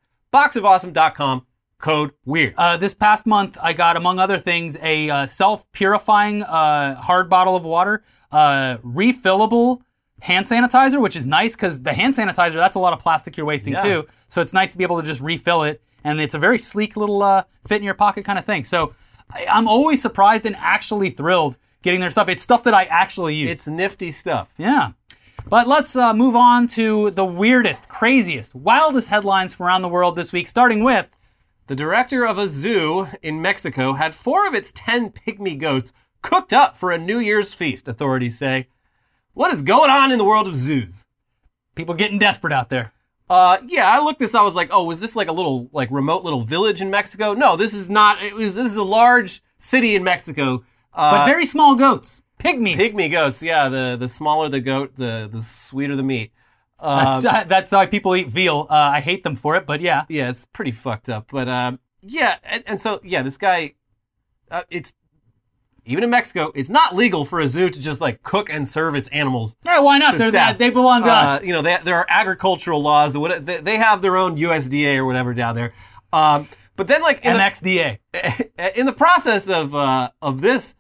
Speaker 1: Boxofawesome.com, code WEIRD.
Speaker 2: Uh, this past month, I got, among other things, a uh, self purifying uh, hard bottle of water, uh, refillable hand sanitizer, which is nice because the hand sanitizer, that's a lot of plastic you're wasting
Speaker 1: Yeah.
Speaker 2: too. So it's nice to be able to just refill it. And it's a very sleek little uh, fit in your pocket kind of thing. So I, I'm always surprised and actually thrilled getting their stuff. It's stuff that I actually use.
Speaker 1: It's nifty stuff.
Speaker 2: Yeah. But let's uh, move on to the weirdest, craziest, wildest headlines from around the world this week, starting with.
Speaker 1: The director of a zoo in Mexico had four of its 10 pygmy goats cooked up for a New Year's feast, authorities say. What is going on in the world of zoos?
Speaker 2: People getting desperate out there.
Speaker 1: Uh, yeah, I looked this. I was like, oh, was this like a little like remote little village in Mexico? No, this is not. It was this is a large city in Mexico.
Speaker 2: but
Speaker 1: Uh,
Speaker 2: very small goats, pygmies.
Speaker 1: pygmy goats. Yeah, the the smaller the goat, the the sweeter the meat.
Speaker 2: That's,
Speaker 1: Uh,
Speaker 2: that's why people eat veal. Uh, I hate them for it, but yeah.
Speaker 1: Yeah, it's pretty fucked up. But um, yeah, and, and so yeah, this guy, uh, it's even in Mexico, it's not legal for a zoo to just like cook and serve its animals.
Speaker 2: Yeah, why not?
Speaker 1: to
Speaker 2: They're,
Speaker 1: staff.
Speaker 2: they belong to
Speaker 1: Uh,
Speaker 2: us.
Speaker 1: you know, they, there are agricultural laws. What they, they have their own USDA or whatever down there. Um, but then like in the Uh,
Speaker 2: MXDA.
Speaker 1: in the process of uh, of this,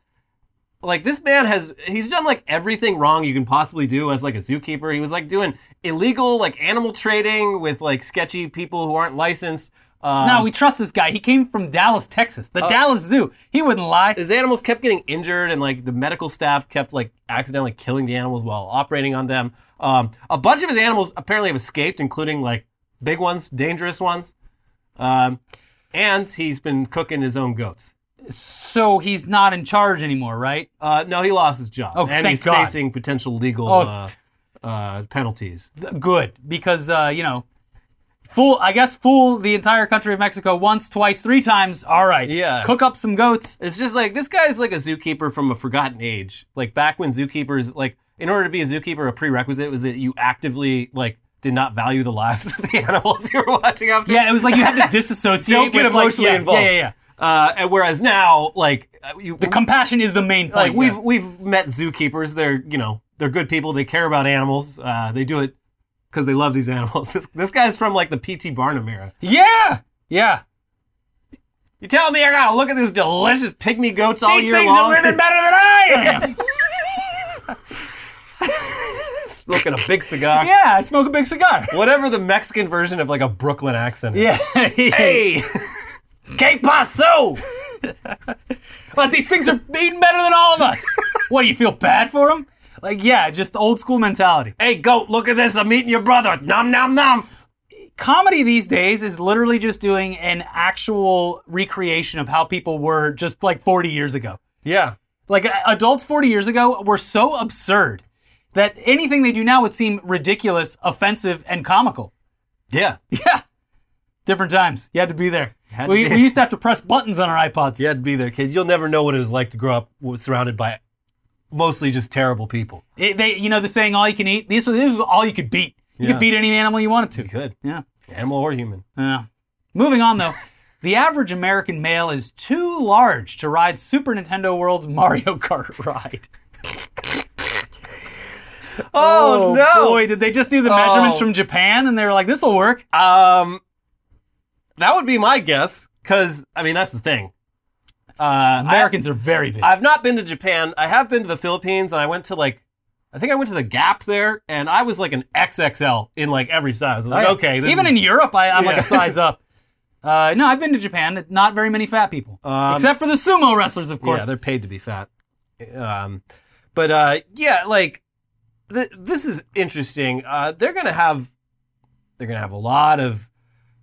Speaker 1: like this man has he's done like everything wrong you can possibly do as like a zookeeper. He was like doing illegal like animal trading with like sketchy people who aren't licensed. Uh,
Speaker 2: no, we trust this guy. He came from Dallas, Texas, the Dallas Zoo. He wouldn't lie.
Speaker 1: his animals kept getting injured and like the medical staff kept like accidentally killing the animals while operating on them um, a bunch of his animals apparently have escaped including like big ones dangerous ones um, and he's been cooking his own goats
Speaker 2: So he's not in charge anymore, right?
Speaker 1: uh, no he lost his job
Speaker 2: Oh,
Speaker 1: and
Speaker 2: thank
Speaker 1: he's
Speaker 2: God.
Speaker 1: facing potential legal
Speaker 2: Oh.
Speaker 1: uh, uh, penalties
Speaker 2: Good, because uh, you know, fool. I guess fool the entire country of Mexico once, twice, three times. All right.
Speaker 1: Yeah.
Speaker 2: Cook up some goats.
Speaker 1: It's just like this guy's like a zookeeper from a forgotten age. Like back when zookeepers, like in order to be a zookeeper, a prerequisite was that you actively like did not value the lives of the animals you were watching after.
Speaker 2: Yeah, it was like you had to disassociate.
Speaker 1: Don't get
Speaker 2: with, like,
Speaker 1: emotionally
Speaker 2: yeah,
Speaker 1: involved.
Speaker 2: Yeah, yeah, yeah.
Speaker 1: Uh, and whereas now, like uh, you,
Speaker 2: The compassion is the main point.
Speaker 1: like we've
Speaker 2: yeah.
Speaker 1: we've met zookeepers. They're you know they're good people. They care about animals. Uh, they do it because they love these animals. This, this guy's from like the P.T. Barnum era.
Speaker 2: yeah, yeah.
Speaker 1: You tell me I gotta look at these delicious pygmy goats all
Speaker 2: These
Speaker 1: year
Speaker 2: things
Speaker 1: long.
Speaker 2: are living better than I am.
Speaker 1: smoking a big cigar.
Speaker 2: yeah, I smoke a big cigar.
Speaker 1: Whatever the Mexican version of like a Brooklyn accent. is.
Speaker 2: Yeah.
Speaker 1: Hey! Que paso?
Speaker 2: But these things are eating better than all of us. what do you feel bad for them? Like, yeah, just old school mentality.
Speaker 1: Hey, goat, look at this. I'm eating your brother. Nom, nom, nom.
Speaker 2: Comedy these days is literally just doing an actual recreation of how people were just like 40 years ago.
Speaker 1: Yeah.
Speaker 2: Like uh, adults 40 years ago were so absurd that anything they do now would seem ridiculous, offensive, and comical.
Speaker 1: Yeah.
Speaker 2: Yeah. Different times. You had to be there.
Speaker 1: Had to
Speaker 2: We,
Speaker 1: be.
Speaker 2: we used to have to press buttons on our iPods.
Speaker 1: You had to be there, kid. You'll never know what it was like to grow up surrounded by mostly just terrible people.
Speaker 2: It- they, you know the saying, all you can eat? This was, this was all you could beat. You
Speaker 1: Yeah.
Speaker 2: could beat any animal you wanted to.
Speaker 1: could.
Speaker 2: Yeah.
Speaker 1: Animal or human.
Speaker 2: Yeah. Moving on though, the average American male is too large to ride Super Nintendo World's Mario Kart ride.
Speaker 1: Oh,
Speaker 2: Boy, did they just do the measurements from Japan and they were like, "This will work."
Speaker 1: Um, that would be my guess. Because, I mean, that's the thing. Uh, I-
Speaker 2: Americans are very big.
Speaker 1: I've not been to Japan. I have been to the Philippines, and I went to like, I think I went to the Gap there, and I was like an XXL in like every size. I was like,
Speaker 2: Oh, Yeah.
Speaker 1: okay, this
Speaker 2: even
Speaker 1: is-
Speaker 2: in Europe, I, I'm like
Speaker 1: Yeah.
Speaker 2: a size up. Uh, no, I've been to Japan. Not very many fat people,
Speaker 1: Um,
Speaker 2: except for the sumo wrestlers, of course.
Speaker 1: yeah, they're paid to be fat. Um, but uh, yeah, like th- this is interesting. Uh, they're gonna have they're gonna have a lot of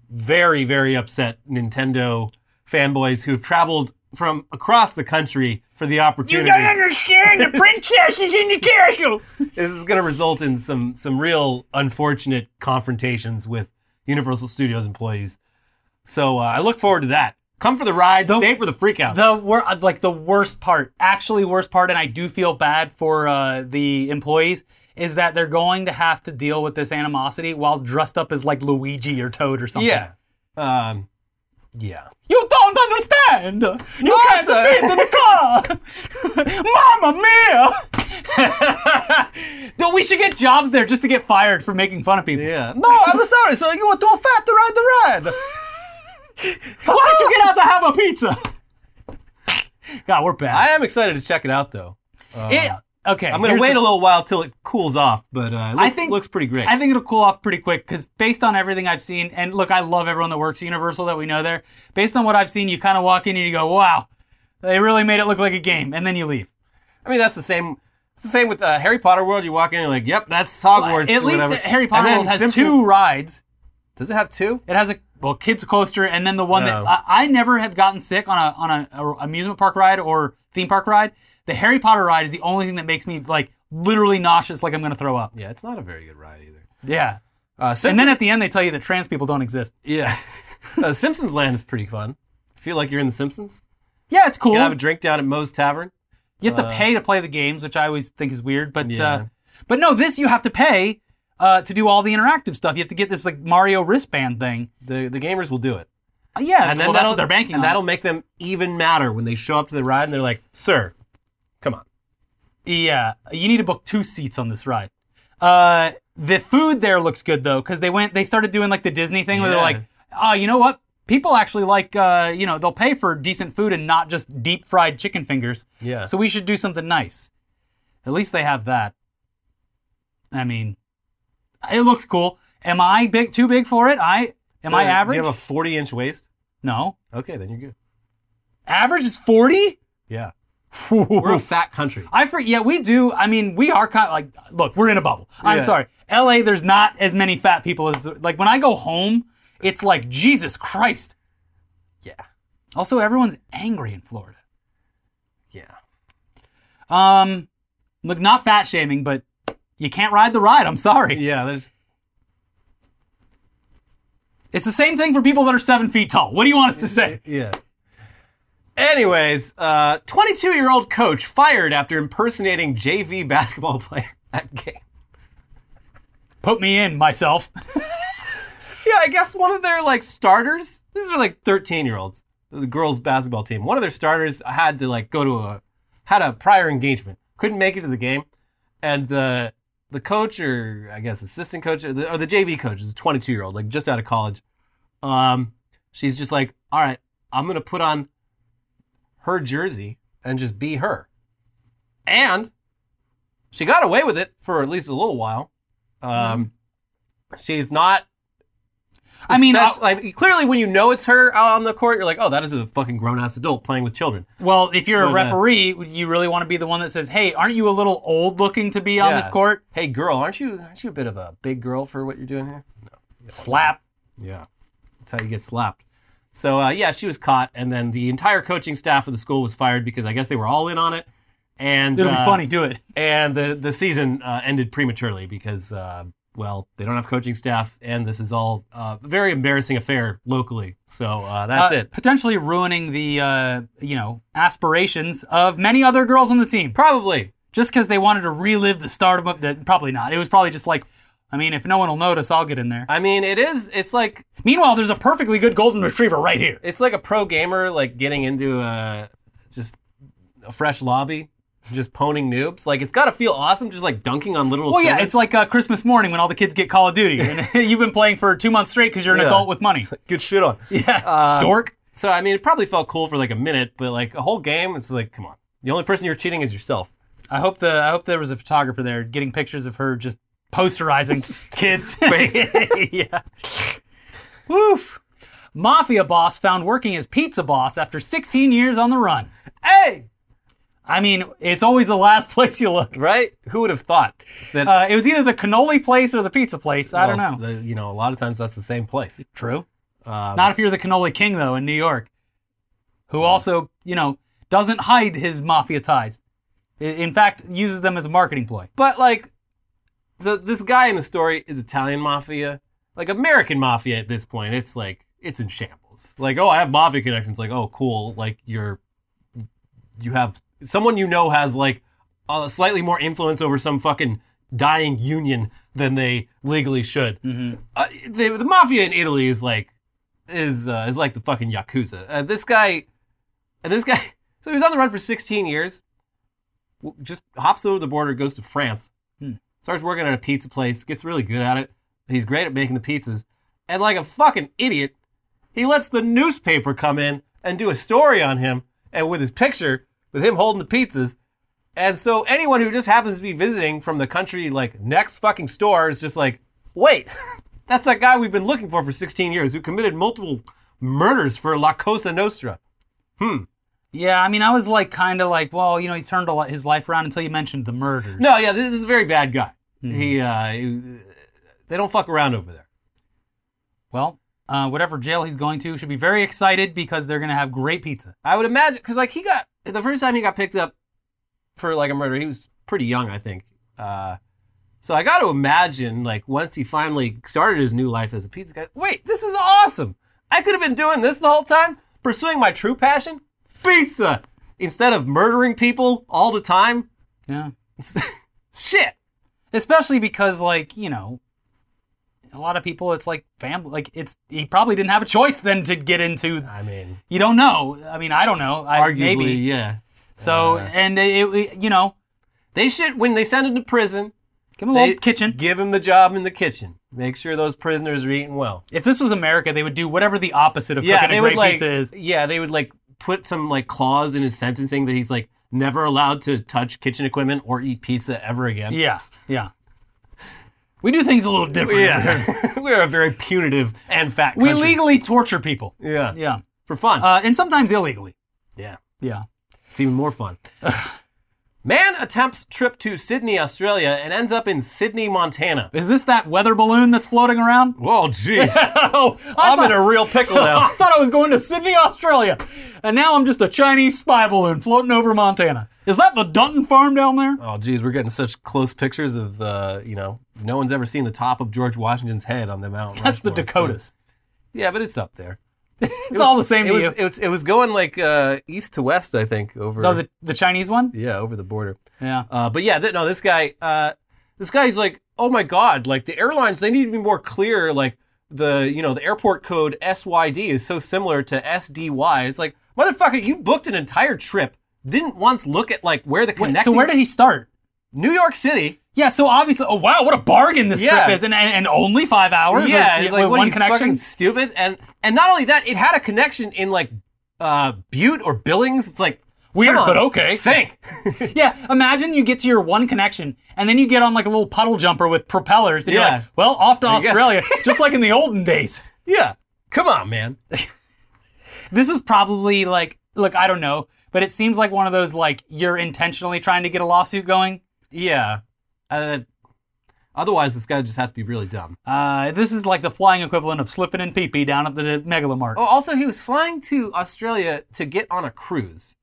Speaker 1: very very upset Nintendo fanboys who've traveled from across the country for the opportunity.
Speaker 2: understand. The princess is in the castle.
Speaker 1: this is going to result in some some real unfortunate confrontations with Universal Studios employees. So uh, I look forward to that. Come for the ride,
Speaker 2: The-
Speaker 1: stay for the freakouts.
Speaker 2: The wor- like the worst part, actually worst part, and I do feel bad for uh, the employees is that they're going to have to deal with this animosity while dressed up as like Luigi or Toad or something.
Speaker 1: yeah, um, yeah.
Speaker 2: You don't understand. You can't
Speaker 1: sir.
Speaker 2: fit in the car. Mamma mia. Dude, we should get jobs there just to get fired for making fun of people.
Speaker 1: Yeah. No, I'm sorry. So you were too fat to ride the ride.
Speaker 2: Why don't you get out to have a pizza? God, we're bad.
Speaker 1: I am excited to check it out, though. Um,
Speaker 2: It- okay,
Speaker 1: I'm gonna
Speaker 2: here's
Speaker 1: wait a
Speaker 2: the-
Speaker 1: little while till it cools off, but uh, it looks,
Speaker 2: I think-
Speaker 1: looks pretty great.
Speaker 2: I think it'll cool off pretty quick because based on everything I've seen, and look, I love everyone that works at Universal that we know there. Based on what I've seen, you kind of walk in and you go, "Wow, they really made it look like a game," and then you leave.
Speaker 1: I mean, that's the same. It's the same with uh, Harry Potter World. You walk in, you're like, "Yep, that's Hogwarts."
Speaker 2: At
Speaker 1: or
Speaker 2: least
Speaker 1: whatever.
Speaker 2: Harry
Speaker 1: And
Speaker 2: Potter
Speaker 1: then
Speaker 2: World has
Speaker 1: Simpson-
Speaker 2: two rides.
Speaker 1: Does it have two?
Speaker 2: It has a well kids coaster, and then the one
Speaker 1: Oh.
Speaker 2: that I, I never have gotten sick on a on a, a amusement park ride or theme park ride. The Harry Potter ride is the only thing that makes me like literally nauseous, like I'm gonna throw up.
Speaker 1: Yeah, it's not a very good ride either.
Speaker 2: Yeah.
Speaker 1: Uh,
Speaker 2: And
Speaker 1: Simpson,
Speaker 2: then at the end, they tell you that trans people don't exist.
Speaker 1: yeah, uh, Simpsons Land is pretty fun. Feel like you're in the Simpsons.
Speaker 2: Yeah, it's cool.
Speaker 1: You can have a drink down at Moe's Tavern.
Speaker 2: You have to pay to play the games, which I always think is weird. But
Speaker 1: Uh, Yeah.
Speaker 2: uh, but no, this you have to pay uh, to do all the interactive stuff. You have to get this like Mario wristband thing.
Speaker 1: The the gamers will do it,
Speaker 2: Uh, yeah,
Speaker 1: and then
Speaker 2: well, that's
Speaker 1: that'll
Speaker 2: what they're banking
Speaker 1: and
Speaker 2: on.
Speaker 1: that'll make them even madder when they show up to the ride and they're like, "Sir, come on."
Speaker 2: Yeah, you need to book two seats on this ride. Uh, the food there looks good though, because they went they started doing like the Disney thing where they're
Speaker 1: Yeah.
Speaker 2: like, oh, you know what? People actually like uh, you know they'll pay for decent food and not just deep fried chicken fingers.
Speaker 1: Yeah.
Speaker 2: Uh, So we should do something nice. At least they have that. I mean, it looks cool. Am I big too big for it? I Am
Speaker 1: So,
Speaker 2: I average?
Speaker 1: Do you have a 40 inch waist?
Speaker 2: no.
Speaker 1: Okay, then you're good.
Speaker 2: Average is 40?
Speaker 1: Yeah. We're a fat country.
Speaker 2: I for yeah, we do. I mean, we are kind of like look, we're in a bubble. I'm
Speaker 1: Yeah.
Speaker 2: sorry. LA there's not as many fat people as like when I go home, it's like Jesus Christ.
Speaker 1: Yeah.
Speaker 2: Also, everyone's angry in Florida.
Speaker 1: Yeah.
Speaker 2: Um look, not fat shaming, but you can't ride the ride. I'm sorry.
Speaker 1: Yeah, there's
Speaker 2: It's the same thing for people that are 7 feet tall. What do you want us to say?
Speaker 1: yeah. Anyways, uh 22-year-old coach fired after impersonating JV basketball player at game.
Speaker 2: Put me in myself.
Speaker 1: Yeah, I guess one of their like starters. These are like 13 year olds, the girls basketball team. One of their starters had to like go to a had a prior engagement, couldn't make it to the game, and the the coach or I guess assistant coach or the, or the JV coach is a 22 year old, like just out of college. Um, she's just like, all right, I'm gonna put on her jersey and just be her, and she got away with it for at least a little while. Um, she's not
Speaker 2: I mean,
Speaker 1: Espec-
Speaker 2: I-
Speaker 1: like clearly when you know it's her out on the court, you're like, oh, that is a fucking grown ass adult playing with children.
Speaker 2: Well, if you're a
Speaker 1: But, uh,
Speaker 2: referee, you really want to be the one that says, "Hey, aren't you a little old looking to be on
Speaker 1: Yeah.
Speaker 2: this court?"
Speaker 1: Hey, girl, aren't you aren't you a bit of a big girl for what you're doing here?
Speaker 2: Slap.
Speaker 1: Yeah, that's how you get slapped. So uh, yeah, she was caught, and then the entire coaching staff of the school was fired because I guess they were all in on it. And
Speaker 2: It'll be
Speaker 1: uh,
Speaker 2: funny. Do it.
Speaker 1: And the the season uh, ended prematurely because uh, well, they don't have coaching staff, and this is all uh, a very embarrassing affair locally. So uh, that's
Speaker 2: Uh,
Speaker 1: it.
Speaker 2: Potentially ruining the uh, you know aspirations of many other girls on the team,
Speaker 1: Probably
Speaker 2: just because they wanted to relive the stardom of the. Probably not. It was probably just like, I mean, if no one will notice, I'll get in there.
Speaker 1: I mean, it is. It's like
Speaker 2: Meanwhile, there's a perfectly good golden retriever right here.
Speaker 1: it's like a pro gamer like getting into a just a fresh lobby, just poning noobs. Like it's got to feel awesome, just like dunking on little.
Speaker 2: Well, yeah,
Speaker 1: children.
Speaker 2: it's like uh, Christmas morning when all the kids get Call of Duty, and you've been playing for two months straight because you're an
Speaker 1: Yeah.
Speaker 2: adult with money.
Speaker 1: good shit on.
Speaker 2: Yeah, dork.
Speaker 1: So I mean, it probably felt cool for like a minute, but like a whole game, it's like, come on. The only person you're cheating is yourself.
Speaker 2: I hope the I hope there was a photographer there getting pictures of her just posterizing kids. yeah. Woof. Mafia boss found working as pizza boss after 16 years on the run.
Speaker 1: Hey,
Speaker 2: I mean, it's always the last place you look.
Speaker 1: right? Who would have thought that?
Speaker 2: Uh, it was either the cannoli place or the pizza place. I don't
Speaker 1: well,
Speaker 2: know.
Speaker 1: the- you know, a lot of times that's the same place.
Speaker 2: True.
Speaker 1: Um,
Speaker 2: Not if you're the cannoli king though in New York, who also you know doesn't hide his mafia ties. I- In fact, uses them as a marketing ploy.
Speaker 1: But like, so this guy in the story is Italian mafia, like American mafia at this point. It's like it's in shambles. Like, oh, I have mafia connections. Like, oh, cool. Like you're, you have someone you know has like a slightly more influence over some fucking dying union than they legally should. Uh, the, the mafia in Italy is like is uh, is like the fucking yakuza. Uh, this guy, and this guy. So he was on the run for 16 years. W- Just hops over the border, goes to France, starts working at a pizza place, gets really good at it. He's great at making the pizzas. And like a fucking idiot, he lets the newspaper come in and do a story on him and with his picture, with him holding the pizzas. And so anyone who just happens to be visiting from the country like next fucking store is just like, wait, that's that guy we've been looking for for 16 years who committed multiple murders for La Cosa Nostra.
Speaker 2: Yeah, I mean, I was like, kind of like, well, you know, he's turned a lot, his life around until you mentioned the murders.
Speaker 1: No, yeah, this is a very bad guy. He, uh, he- they don't fuck around over there.
Speaker 2: Well, uh, whatever jail he's going to should be very excited because they're going to have great pizza.
Speaker 1: I would imagine because like he got the first time he got picked up for like a murder, he was pretty young, I think. Uh, so I got to imagine like once he finally started his new life as a pizza guy, wait, this is awesome! I could have been doing this the whole time, pursuing my true passion, pizza, instead of murdering people all the time.
Speaker 2: Yeah.
Speaker 1: Shit.
Speaker 2: Especially because, like, you know, a lot of people, it's like family, like, it's, he probably didn't have a choice then to get into,
Speaker 1: I mean,
Speaker 2: you don't know. I mean, I don't know. I,
Speaker 1: arguably,
Speaker 2: Maybe.
Speaker 1: yeah.
Speaker 2: So, and it, it- you know,
Speaker 1: They should when they send him to prison,
Speaker 2: give him a
Speaker 1: they
Speaker 2: little kitchen.
Speaker 1: give him the job in the kitchen. Make sure those prisoners are eating well.
Speaker 2: If this was America, they would do whatever the opposite of
Speaker 1: yeah,
Speaker 2: cooking
Speaker 1: they
Speaker 2: a
Speaker 1: would
Speaker 2: great
Speaker 1: like,
Speaker 2: pizza is.
Speaker 1: Yeah, they would like put some like clause in his sentencing that he's like never allowed to touch kitchen equipment or eat pizza ever again.
Speaker 2: Yeah, yeah. We do things a little different. over here.
Speaker 1: Yeah, we are a very punitive and fat.
Speaker 2: We
Speaker 1: Country.
Speaker 2: legally torture people.
Speaker 1: yeah,
Speaker 2: Yeah.
Speaker 1: for fun.
Speaker 2: Uh, and sometimes illegally.
Speaker 1: yeah,
Speaker 2: Yeah.
Speaker 1: it's even more fun. Man attempts trip to Sydney, Australia, and ends up in Sydney, Montana.
Speaker 2: Is this that weather balloon that's floating around?
Speaker 1: Whoa, jeez,
Speaker 2: oh,
Speaker 1: I'm in a real pickle now.
Speaker 2: I thought I was going to Sydney, Australia. And now I'm just a Chinese spy balloon floating over Montana. Is that the Dunton farm down there?
Speaker 1: Oh, geez, we're getting such close pictures of, uh, you know, no one's ever seen the top of George Washington's head on the mountain.
Speaker 2: That's the Dakotas.
Speaker 1: Yeah, but it's up there.
Speaker 2: It's all the same
Speaker 1: It
Speaker 2: to
Speaker 1: was,
Speaker 2: you.
Speaker 1: it was it was going like uh, east to west, I think, over
Speaker 2: Oh, the, the Chinese one?
Speaker 1: yeah over the border.
Speaker 2: Yeah.
Speaker 1: Uh, but yeah, th- no, this guy, uh, this guy's like, oh my god, like the airlines, they need to be more clear. Like the you know the airport code SYD is so similar to SDY. It's like motherfucker, you booked an entire trip, didn't once look at like where the connecting
Speaker 2: So where did he start?
Speaker 1: New York City.
Speaker 2: Yeah, so obviously, oh wow, what a bargain this
Speaker 1: Yeah.
Speaker 2: trip is, and, and, and only five hours.
Speaker 1: Yeah,
Speaker 2: with,
Speaker 1: it's like
Speaker 2: with
Speaker 1: what are
Speaker 2: one
Speaker 1: you,
Speaker 2: connection.
Speaker 1: fucking stupid. And and not only that, it had a connection in like uh Butte or Billings. It's like
Speaker 2: Weird,
Speaker 1: come on,
Speaker 2: but okay.
Speaker 1: Think.
Speaker 2: Yeah, imagine you get to your one connection, and then you get on like a little puddle jumper with propellers, and
Speaker 1: Yeah.
Speaker 2: you're like, well, off to
Speaker 1: guess.
Speaker 2: Australia, just like in the olden days.
Speaker 1: yeah. Come on, man.
Speaker 2: This is probably like, look, I don't know, but it seems like one of those like you're intentionally trying to get a lawsuit going.
Speaker 1: Yeah. Uh, otherwise, this guy just had to be really dumb.
Speaker 2: Uh, this is like the flying equivalent of slipping and pee pee down at the megalomart.
Speaker 1: Oh, also, he was flying to Australia to get on a cruise.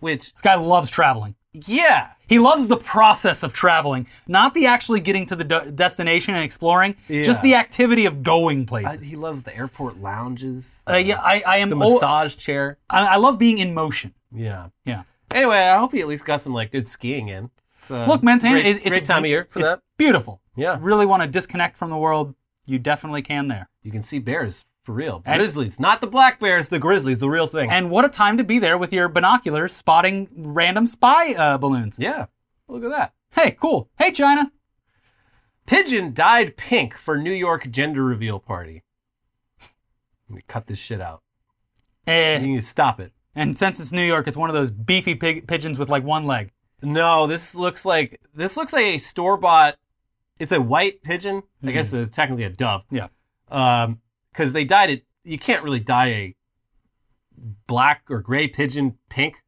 Speaker 1: Which,
Speaker 2: This guy loves traveling.
Speaker 1: yeah,
Speaker 2: He loves the process of traveling, not the actually getting to the de- destination and exploring,
Speaker 1: Yeah.
Speaker 2: just the activity of going
Speaker 1: uh,
Speaker 2: places.
Speaker 1: he loves the airport lounges,
Speaker 2: Uh, yeah, I, I am.
Speaker 1: the
Speaker 2: al-
Speaker 1: massage chair.
Speaker 2: I, I love being in motion.
Speaker 1: Oh, Yeah.
Speaker 2: Yeah.
Speaker 1: Anyway, I hope he at least got some like good skiing in. It's, uh,
Speaker 2: Look, man, it's-
Speaker 1: great,
Speaker 2: it's- it's
Speaker 1: great
Speaker 2: a-
Speaker 1: time of year for
Speaker 2: it's
Speaker 1: that.
Speaker 2: Beautiful.
Speaker 1: Yeah.
Speaker 2: Really want to disconnect from the world? You definitely can there.
Speaker 1: You can see bears for real.
Speaker 2: And-
Speaker 1: grizzlies, not the black bears, the grizzlies, the real thing.
Speaker 2: And what a time to be there with your binoculars spotting random spy uh, balloons.
Speaker 1: yeah, look at that.
Speaker 2: Hey, cool. Hey, China.
Speaker 1: Pigeon dyed pink for New York gender reveal party. Let me cut this shit out. You
Speaker 2: Eh.
Speaker 1: need to stop it.
Speaker 2: And since it's New York, it's one of those beefy pig- pigeons with like one leg.
Speaker 1: No, this looks like this looks like a store bought. It's a white pigeon. I guess it's technically a dove.
Speaker 2: Yeah.
Speaker 1: Um, because they dyed it. You can't really dye a black or gray pigeon pink.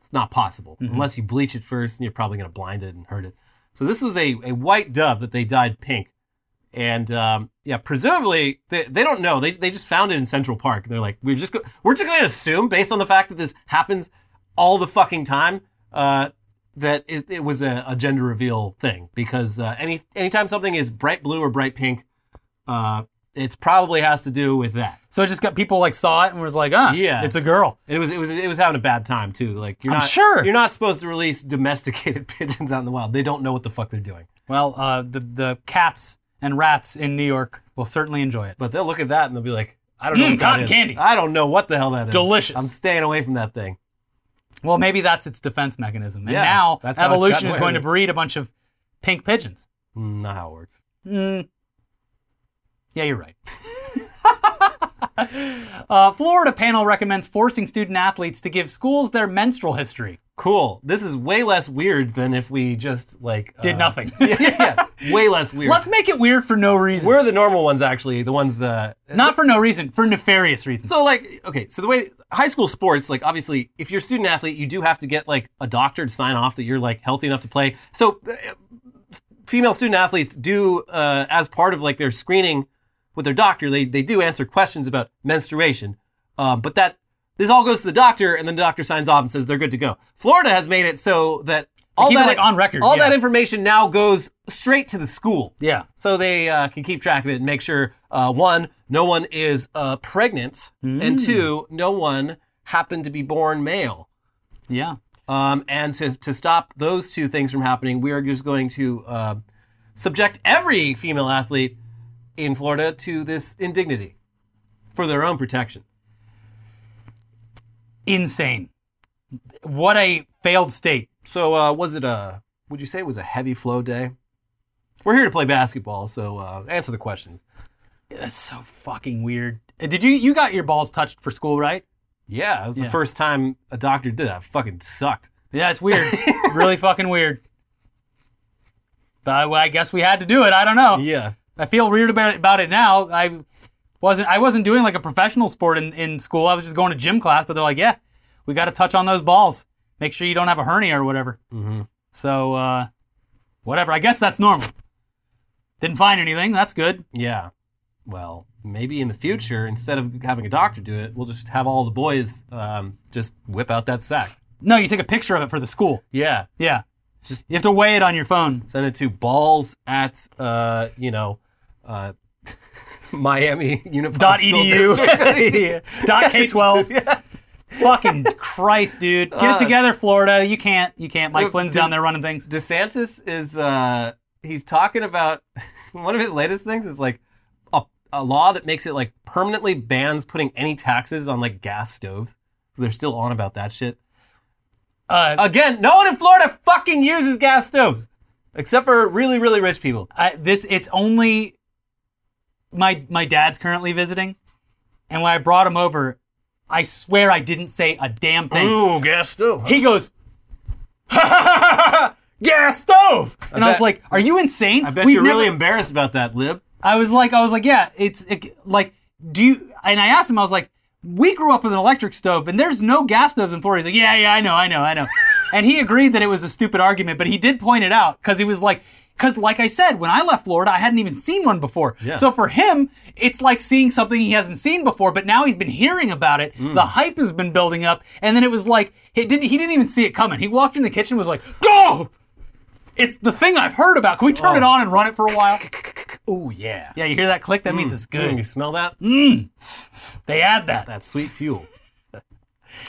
Speaker 1: It's not possible unless you bleach it first, and you're probably gonna blind it and hurt it. So this was a, a white dove that they dyed pink, and um, yeah, presumably they, they don't know. They, they just found it in Central Park. They're like, we're just go- we're just gonna assume based on the fact that this happens all the fucking time. Uh, that it, it was a, a gender reveal thing because uh, any anytime something is bright blue or bright pink, uh, it probably has to do with that.
Speaker 2: So it just got people like saw it and was like, ah,
Speaker 1: Yeah.
Speaker 2: it's a girl.
Speaker 1: It was it was it was having a bad time too. Like you're
Speaker 2: I'm
Speaker 1: not
Speaker 2: sure.
Speaker 1: you're not supposed to release domesticated pigeons out in the wild. They don't know what the fuck they're doing.
Speaker 2: Well, uh, the the cats and rats in New York will certainly enjoy it.
Speaker 1: But they'll look at that and they'll be like, I don't know.
Speaker 2: Mm,
Speaker 1: what that
Speaker 2: cotton
Speaker 1: is.
Speaker 2: candy.
Speaker 1: I don't know what the hell that is.
Speaker 2: Delicious.
Speaker 1: I'm staying away from that thing.
Speaker 2: Well, maybe that's its defense mechanism. And
Speaker 1: Yeah,
Speaker 2: now
Speaker 1: that's how it's
Speaker 2: evolution
Speaker 1: gotten
Speaker 2: is
Speaker 1: away
Speaker 2: going to
Speaker 1: with it.
Speaker 2: breed a bunch of pink pigeons.
Speaker 1: Mm, Not how it works.
Speaker 2: Mm. Yeah, you're right. uh, Florida panel recommends forcing student athletes to give schools their menstrual history.
Speaker 1: Cool. This is way less weird than if we just like
Speaker 2: Did
Speaker 1: uh,
Speaker 2: nothing.
Speaker 1: yeah, yeah, yeah. way less weird.
Speaker 2: Let's make it weird for no reason.
Speaker 1: We're the normal ones actually. The ones uh,
Speaker 2: Not for no reason, for nefarious reasons.
Speaker 1: So like okay, so the way high school sports, like obviously, if you're a student athlete, you do have to get like a doctor to sign off that you're like healthy enough to play. So uh, female student athletes do uh, as part of like their screening with their doctor, they they do answer questions about menstruation. Um, but that this all goes to the doctor, and then the doctor signs off and says they're good to go. Florida has made it so that all
Speaker 2: keep it,
Speaker 1: that
Speaker 2: like, on record,
Speaker 1: all
Speaker 2: yeah.
Speaker 1: that information now goes straight to the school
Speaker 2: yeah.
Speaker 1: so they uh, can keep track of it and make sure uh, one, no one is uh, pregnant, and two, no one happened to be born male.
Speaker 2: Yeah.
Speaker 1: Um, and to, to stop those two things from happening, we are just going to uh, subject every female athlete in Florida to this indignity for their own protection.
Speaker 2: Insane. What a failed state.
Speaker 1: So, uh, was it a, would you say it was a heavy flow day? We're here to play basketball, so uh, answer the questions.
Speaker 2: That's so fucking weird. Uh, Did you you got your balls touched for school, right?
Speaker 1: Yeah, it was
Speaker 2: Yeah.
Speaker 1: the first time a doctor did that. Fucking sucked.
Speaker 2: Yeah, it's weird. really fucking weird. I, I guess we had to do it. I don't know.
Speaker 1: Yeah.
Speaker 2: I feel weird about it, about it now. I wasn't I wasn't doing like a professional sport in, in school. I was just going to gym class, but they're like, yeah, we got to touch on those balls. Make sure you don't have a hernia or whatever. Mm-hmm. So uh, whatever. I guess that's normal. Didn't find anything. That's good.
Speaker 1: Yeah. Well, maybe in the future, instead of having a doctor do it, we'll just have all the boys um, just whip out that sack.
Speaker 2: No, you take a picture of it for the school.
Speaker 1: Yeah.
Speaker 2: Yeah. you have to weigh it on your phone.
Speaker 1: Send it to balls at, uh, you know, uh, Miami Unified
Speaker 2: Dot
Speaker 1: School
Speaker 2: edu.
Speaker 1: District.
Speaker 2: Yeah. Dot K twelve. Fucking Christ, dude. Get it together, Florida. You can't. You can't. Mike
Speaker 1: Look,
Speaker 2: Flynn's
Speaker 1: Uh, does-
Speaker 2: down there running things.
Speaker 1: DeSantis is uh he's talking about one of his latest things is like a, a law that makes it like permanently bans putting any taxes on like gas stoves. 'Cause They're still on about that shit.
Speaker 2: Uh,
Speaker 1: Again, no one in Florida fucking uses gas stoves. Except for really, really rich people.
Speaker 2: I, this it's only my my dad's currently visiting, and when I brought him over, I swear I didn't say a damn thing.
Speaker 1: Ooh, gas stove.
Speaker 2: He goes, gas stove, and I, was
Speaker 1: bet-
Speaker 2: like, "Are you insane?"
Speaker 1: I bet you're really embarrassed about that, Lib.
Speaker 2: I was like, I was like, yeah, it's it, like, do you? And I asked him, I was like, we grew up with an electric stove, and there's no gas stoves in Florida. He's like, yeah, yeah, I know, I know, I know. and he agreed that it was a stupid argument, but he did point it out because he was like, because like I said, when I left Florida, I hadn't even seen one before.
Speaker 1: Yeah.
Speaker 2: So for him, it's like seeing something he hasn't seen before. But now he's been hearing about it. The hype has been building up, and then it was like he didn't. He didn't even see it coming. He walked in the kitchen, and was like, go. It's the thing I've heard about. Can we turn it on and run it for a while?
Speaker 1: Ooh, yeah.
Speaker 2: Yeah, you hear that click? That
Speaker 1: Mm,
Speaker 2: means it's good.
Speaker 1: You smell that?
Speaker 2: They add that.
Speaker 1: That sweet fuel.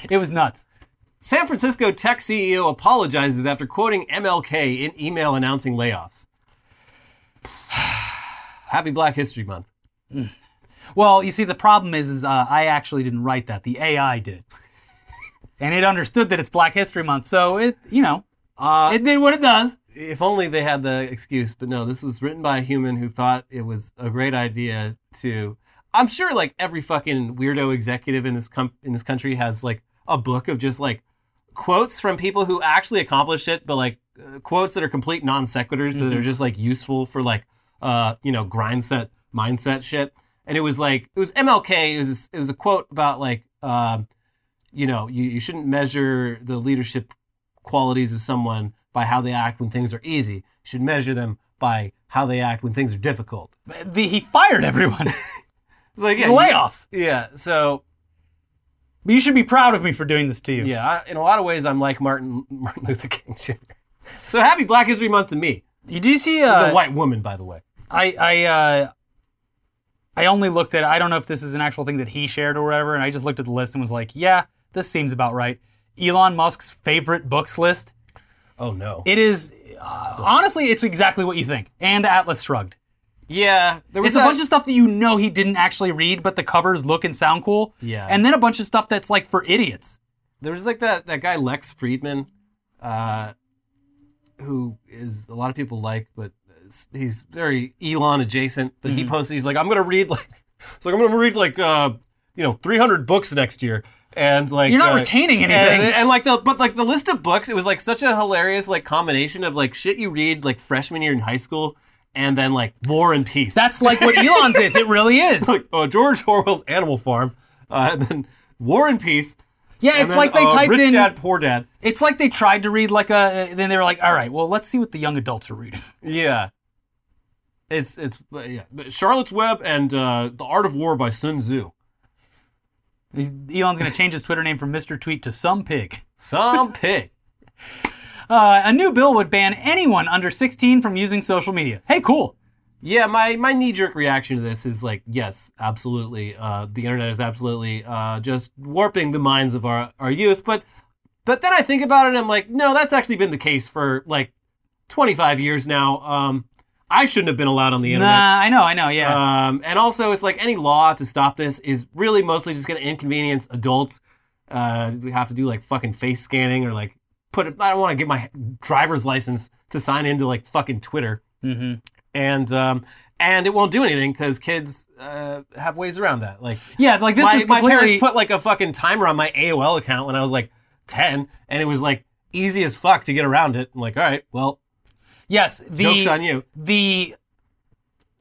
Speaker 2: It was nuts.
Speaker 1: San Francisco tech CEO apologizes after quoting MLK in email announcing layoffs. Happy Black History Month.
Speaker 2: Well, you see, the problem is, is uh, I actually didn't write that. The AI did, and it understood that it's Black History Month, so it, you know,
Speaker 1: Uh,
Speaker 2: it did what it does.
Speaker 1: if only they had the excuse, but no, this was written by a human who thought it was a great idea to. I'm sure like every fucking weirdo executive in this com- in this country has like a book of just like quotes from people who actually accomplished it, but like uh, quotes that are complete non sequiturs that are just like useful for like uh you know grind set mindset shit. And it was like it was MLK. It was it was a quote about like um you know you, you shouldn't measure the leadership qualities of someone by how they act when things are easy. You should measure them by how they act when things are difficult.
Speaker 2: But The, he fired everyone.
Speaker 1: It's like yeah,
Speaker 2: The layoffs.
Speaker 1: you- yeah. So
Speaker 2: But you should be proud of me for doing this to you.
Speaker 1: yeah, I, in a lot of ways, I'm like Martin Martin Luther King Jr. So happy Black History Month to me.
Speaker 2: You do see?
Speaker 1: As
Speaker 2: Uh,
Speaker 1: a white woman, by the way.
Speaker 2: I I uh, I only looked at I don't know if this is an actual thing that he shared or whatever, and I just looked at the list and was like, yeah, this seems about right. Elon Musk's favorite books list.
Speaker 1: Oh no.
Speaker 2: It is uh, honestly, it's exactly what you think. And Atlas Shrugged.
Speaker 1: yeah, there was
Speaker 2: It's a bunch of stuff that you know he didn't actually read, but the covers look and sound cool.
Speaker 1: Yeah.
Speaker 2: And then a bunch of stuff that's like for idiots.
Speaker 1: there was like that that guy Lex Friedman, uh, who is a lot of people like, but is- he's very Elon adjacent. But
Speaker 2: Mm-hmm.
Speaker 1: he posted, he's like, I'm gonna read like, it's like I'm gonna read like, uh, you know, 300 books next year, and like
Speaker 2: You're not
Speaker 1: uh,
Speaker 2: retaining anything.
Speaker 1: And, and like the but like the list of books, it was like such a hilarious like combination of like shit you read like freshman year in high school, and then like War and Peace.
Speaker 2: that's like what Elon's is. It really is.
Speaker 1: like uh, George Orwell's Animal Farm, uh, and then War and Peace.
Speaker 2: Yeah,
Speaker 1: and
Speaker 2: it's
Speaker 1: then,
Speaker 2: like they
Speaker 1: uh,
Speaker 2: typed
Speaker 1: Rich
Speaker 2: in.
Speaker 1: Dad Poor Dad.
Speaker 2: It's like they tried to read like a. Then they were like, all right, well, let's see what the young adults are reading.
Speaker 1: Yeah. It's it's but yeah. But Charlotte's Web and uh, the Art of War by Sun Tzu.
Speaker 2: He's, Elon's going to change his Twitter name from Mr. Tweet to Some Pig.
Speaker 1: Some pig.
Speaker 2: Uh, a new bill would ban anyone under 16 from using social media. Hey, cool.
Speaker 1: Yeah, my my knee jerk reaction to this is like, yes, absolutely. Uh, the internet is absolutely uh, just warping the minds of our our youth. But but then I think about it, and I'm like, no, that's actually been the case for like 25 years now. Um, I shouldn't have been allowed on the internet.
Speaker 2: Nah, I know, I know, yeah.
Speaker 1: Um, and also, it's like any law to stop this is really mostly just going to inconvenience adults. Uh, we have to do like fucking face scanning or like put. I don't want to get my driver's license to sign into like fucking Twitter.
Speaker 2: mm-hmm.
Speaker 1: And um, and it won't do anything because kids uh, have ways around that. Like
Speaker 2: Yeah, like this
Speaker 1: my,
Speaker 2: is
Speaker 1: my
Speaker 2: completely.
Speaker 1: parents put like a fucking timer on my AOL account when I was like ten, and it was like easy as fuck to get around it. I'm like, all right, well,
Speaker 2: Yes, the
Speaker 1: Joke's on you.
Speaker 2: The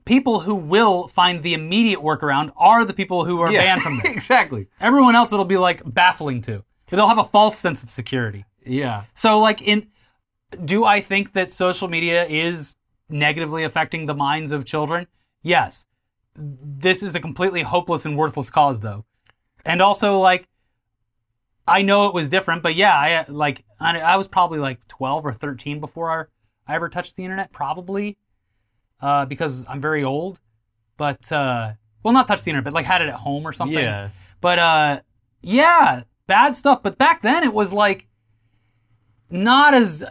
Speaker 2: people who will find the immediate workaround are the people who are
Speaker 1: Yeah.
Speaker 2: banned from this.
Speaker 1: exactly.
Speaker 2: Everyone else it'll be like baffling to. They'll have a false sense of security.
Speaker 1: Yeah.
Speaker 2: So like in do I think that social media is negatively affecting the minds of children? Yes. This is a completely hopeless and worthless cause though. And also like I know it was different, but yeah, I uh, like I, I was probably like 12 or 13 before I, I ever touched the internet probably uh, because I'm very old, but uh, well not touched the internet, but like had it at home or something.
Speaker 1: Yeah.
Speaker 2: But uh yeah, bad stuff. But back then it was like not as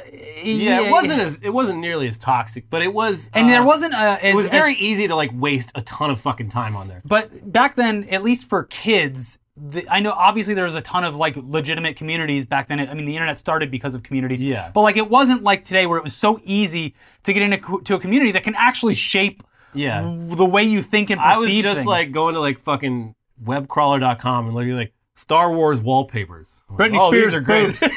Speaker 2: e-,
Speaker 1: Yeah, it wasn't as it wasn't nearly as toxic, but it was
Speaker 2: and
Speaker 1: uh,
Speaker 2: there wasn't a, as,
Speaker 1: it was
Speaker 2: as-
Speaker 1: very easy to like waste a ton of fucking time on there.
Speaker 2: but back then at least for kids the, I know obviously there was a ton of like legitimate communities back then. I mean the internet started because of communities.
Speaker 1: Yeah.
Speaker 2: But like it wasn't like today where it was so easy to get into co- to a community that can actually shape
Speaker 1: Yeah.
Speaker 2: the way you think and Mm-hmm. perceive
Speaker 1: I was just
Speaker 2: things.
Speaker 1: like going to like fucking webcrawler.com and looking like Star Wars wallpapers. I'm like,
Speaker 2: Britney
Speaker 1: oh,
Speaker 2: Spears
Speaker 1: these are great.
Speaker 2: boobs.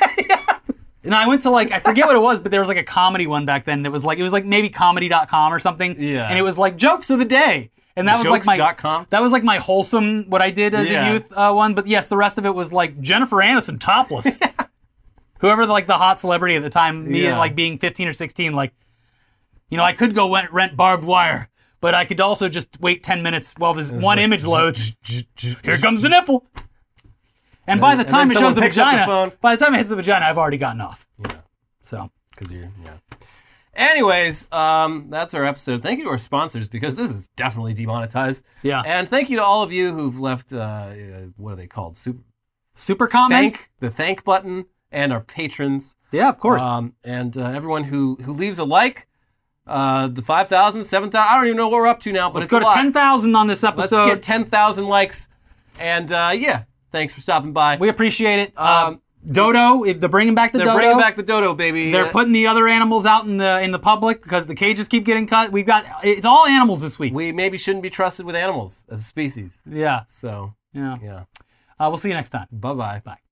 Speaker 2: And I went to like I forget what it was, but there was like a comedy one back then that was like it was like maybe comedy.com or something.
Speaker 1: Yeah.
Speaker 2: And it was like jokes of the day. And that was like my
Speaker 1: Jokes.com?
Speaker 2: that was like my wholesome what I did as
Speaker 1: Yeah.
Speaker 2: a youth uh, one. But yes, the rest of it was like Jennifer Aniston topless. Whoever like the hot celebrity at the time, me
Speaker 1: Yeah.
Speaker 2: like being 15 or 16, like you know I could go rent, rent barbed wire, but I could also just wait 10 minutes while this one
Speaker 1: like,
Speaker 2: image loads. Here
Speaker 1: Here
Speaker 2: comes the nipple. And by the
Speaker 1: And
Speaker 2: time
Speaker 1: then
Speaker 2: it
Speaker 1: someone
Speaker 2: shows the
Speaker 1: picks up the
Speaker 2: vagina,
Speaker 1: phone.
Speaker 2: by the time it hits the vagina, I've already gotten off.
Speaker 1: Yeah.
Speaker 2: So
Speaker 1: Because you're, yeah. Anyways, um, that's our episode. Thank you to our sponsors because this is definitely demonetized.
Speaker 2: Yeah.
Speaker 1: And thank you to all of you who've left, uh, uh, what are they called? Super,
Speaker 2: super
Speaker 1: thank,
Speaker 2: comments.
Speaker 1: the thank button and our patrons.
Speaker 2: Yeah, of course.
Speaker 1: Um, and uh, everyone who, who leaves a like, uh, the 5,000, 7,000, I don't even know what we're up to now, but
Speaker 2: Let's
Speaker 1: it's
Speaker 2: go
Speaker 1: a
Speaker 2: to
Speaker 1: lot.
Speaker 2: ten thousand on this
Speaker 1: Let's
Speaker 2: episode.
Speaker 1: get 10,000 likes. And uh, yeah, thanks for stopping by.
Speaker 2: we appreciate it. Um, Dodo, if they're bringing back the
Speaker 1: They're
Speaker 2: dodo.
Speaker 1: bringing back the dodo, baby.
Speaker 2: they're
Speaker 1: Uh,
Speaker 2: putting the other animals out in the in the public because the cages keep getting cut. We've got it's all animals this week.
Speaker 1: we maybe shouldn't be trusted with animals as a species.
Speaker 2: yeah,
Speaker 1: So,
Speaker 2: yeah.
Speaker 1: yeah.
Speaker 2: Uh, we'll see you next time.
Speaker 1: Bye-bye. Bye.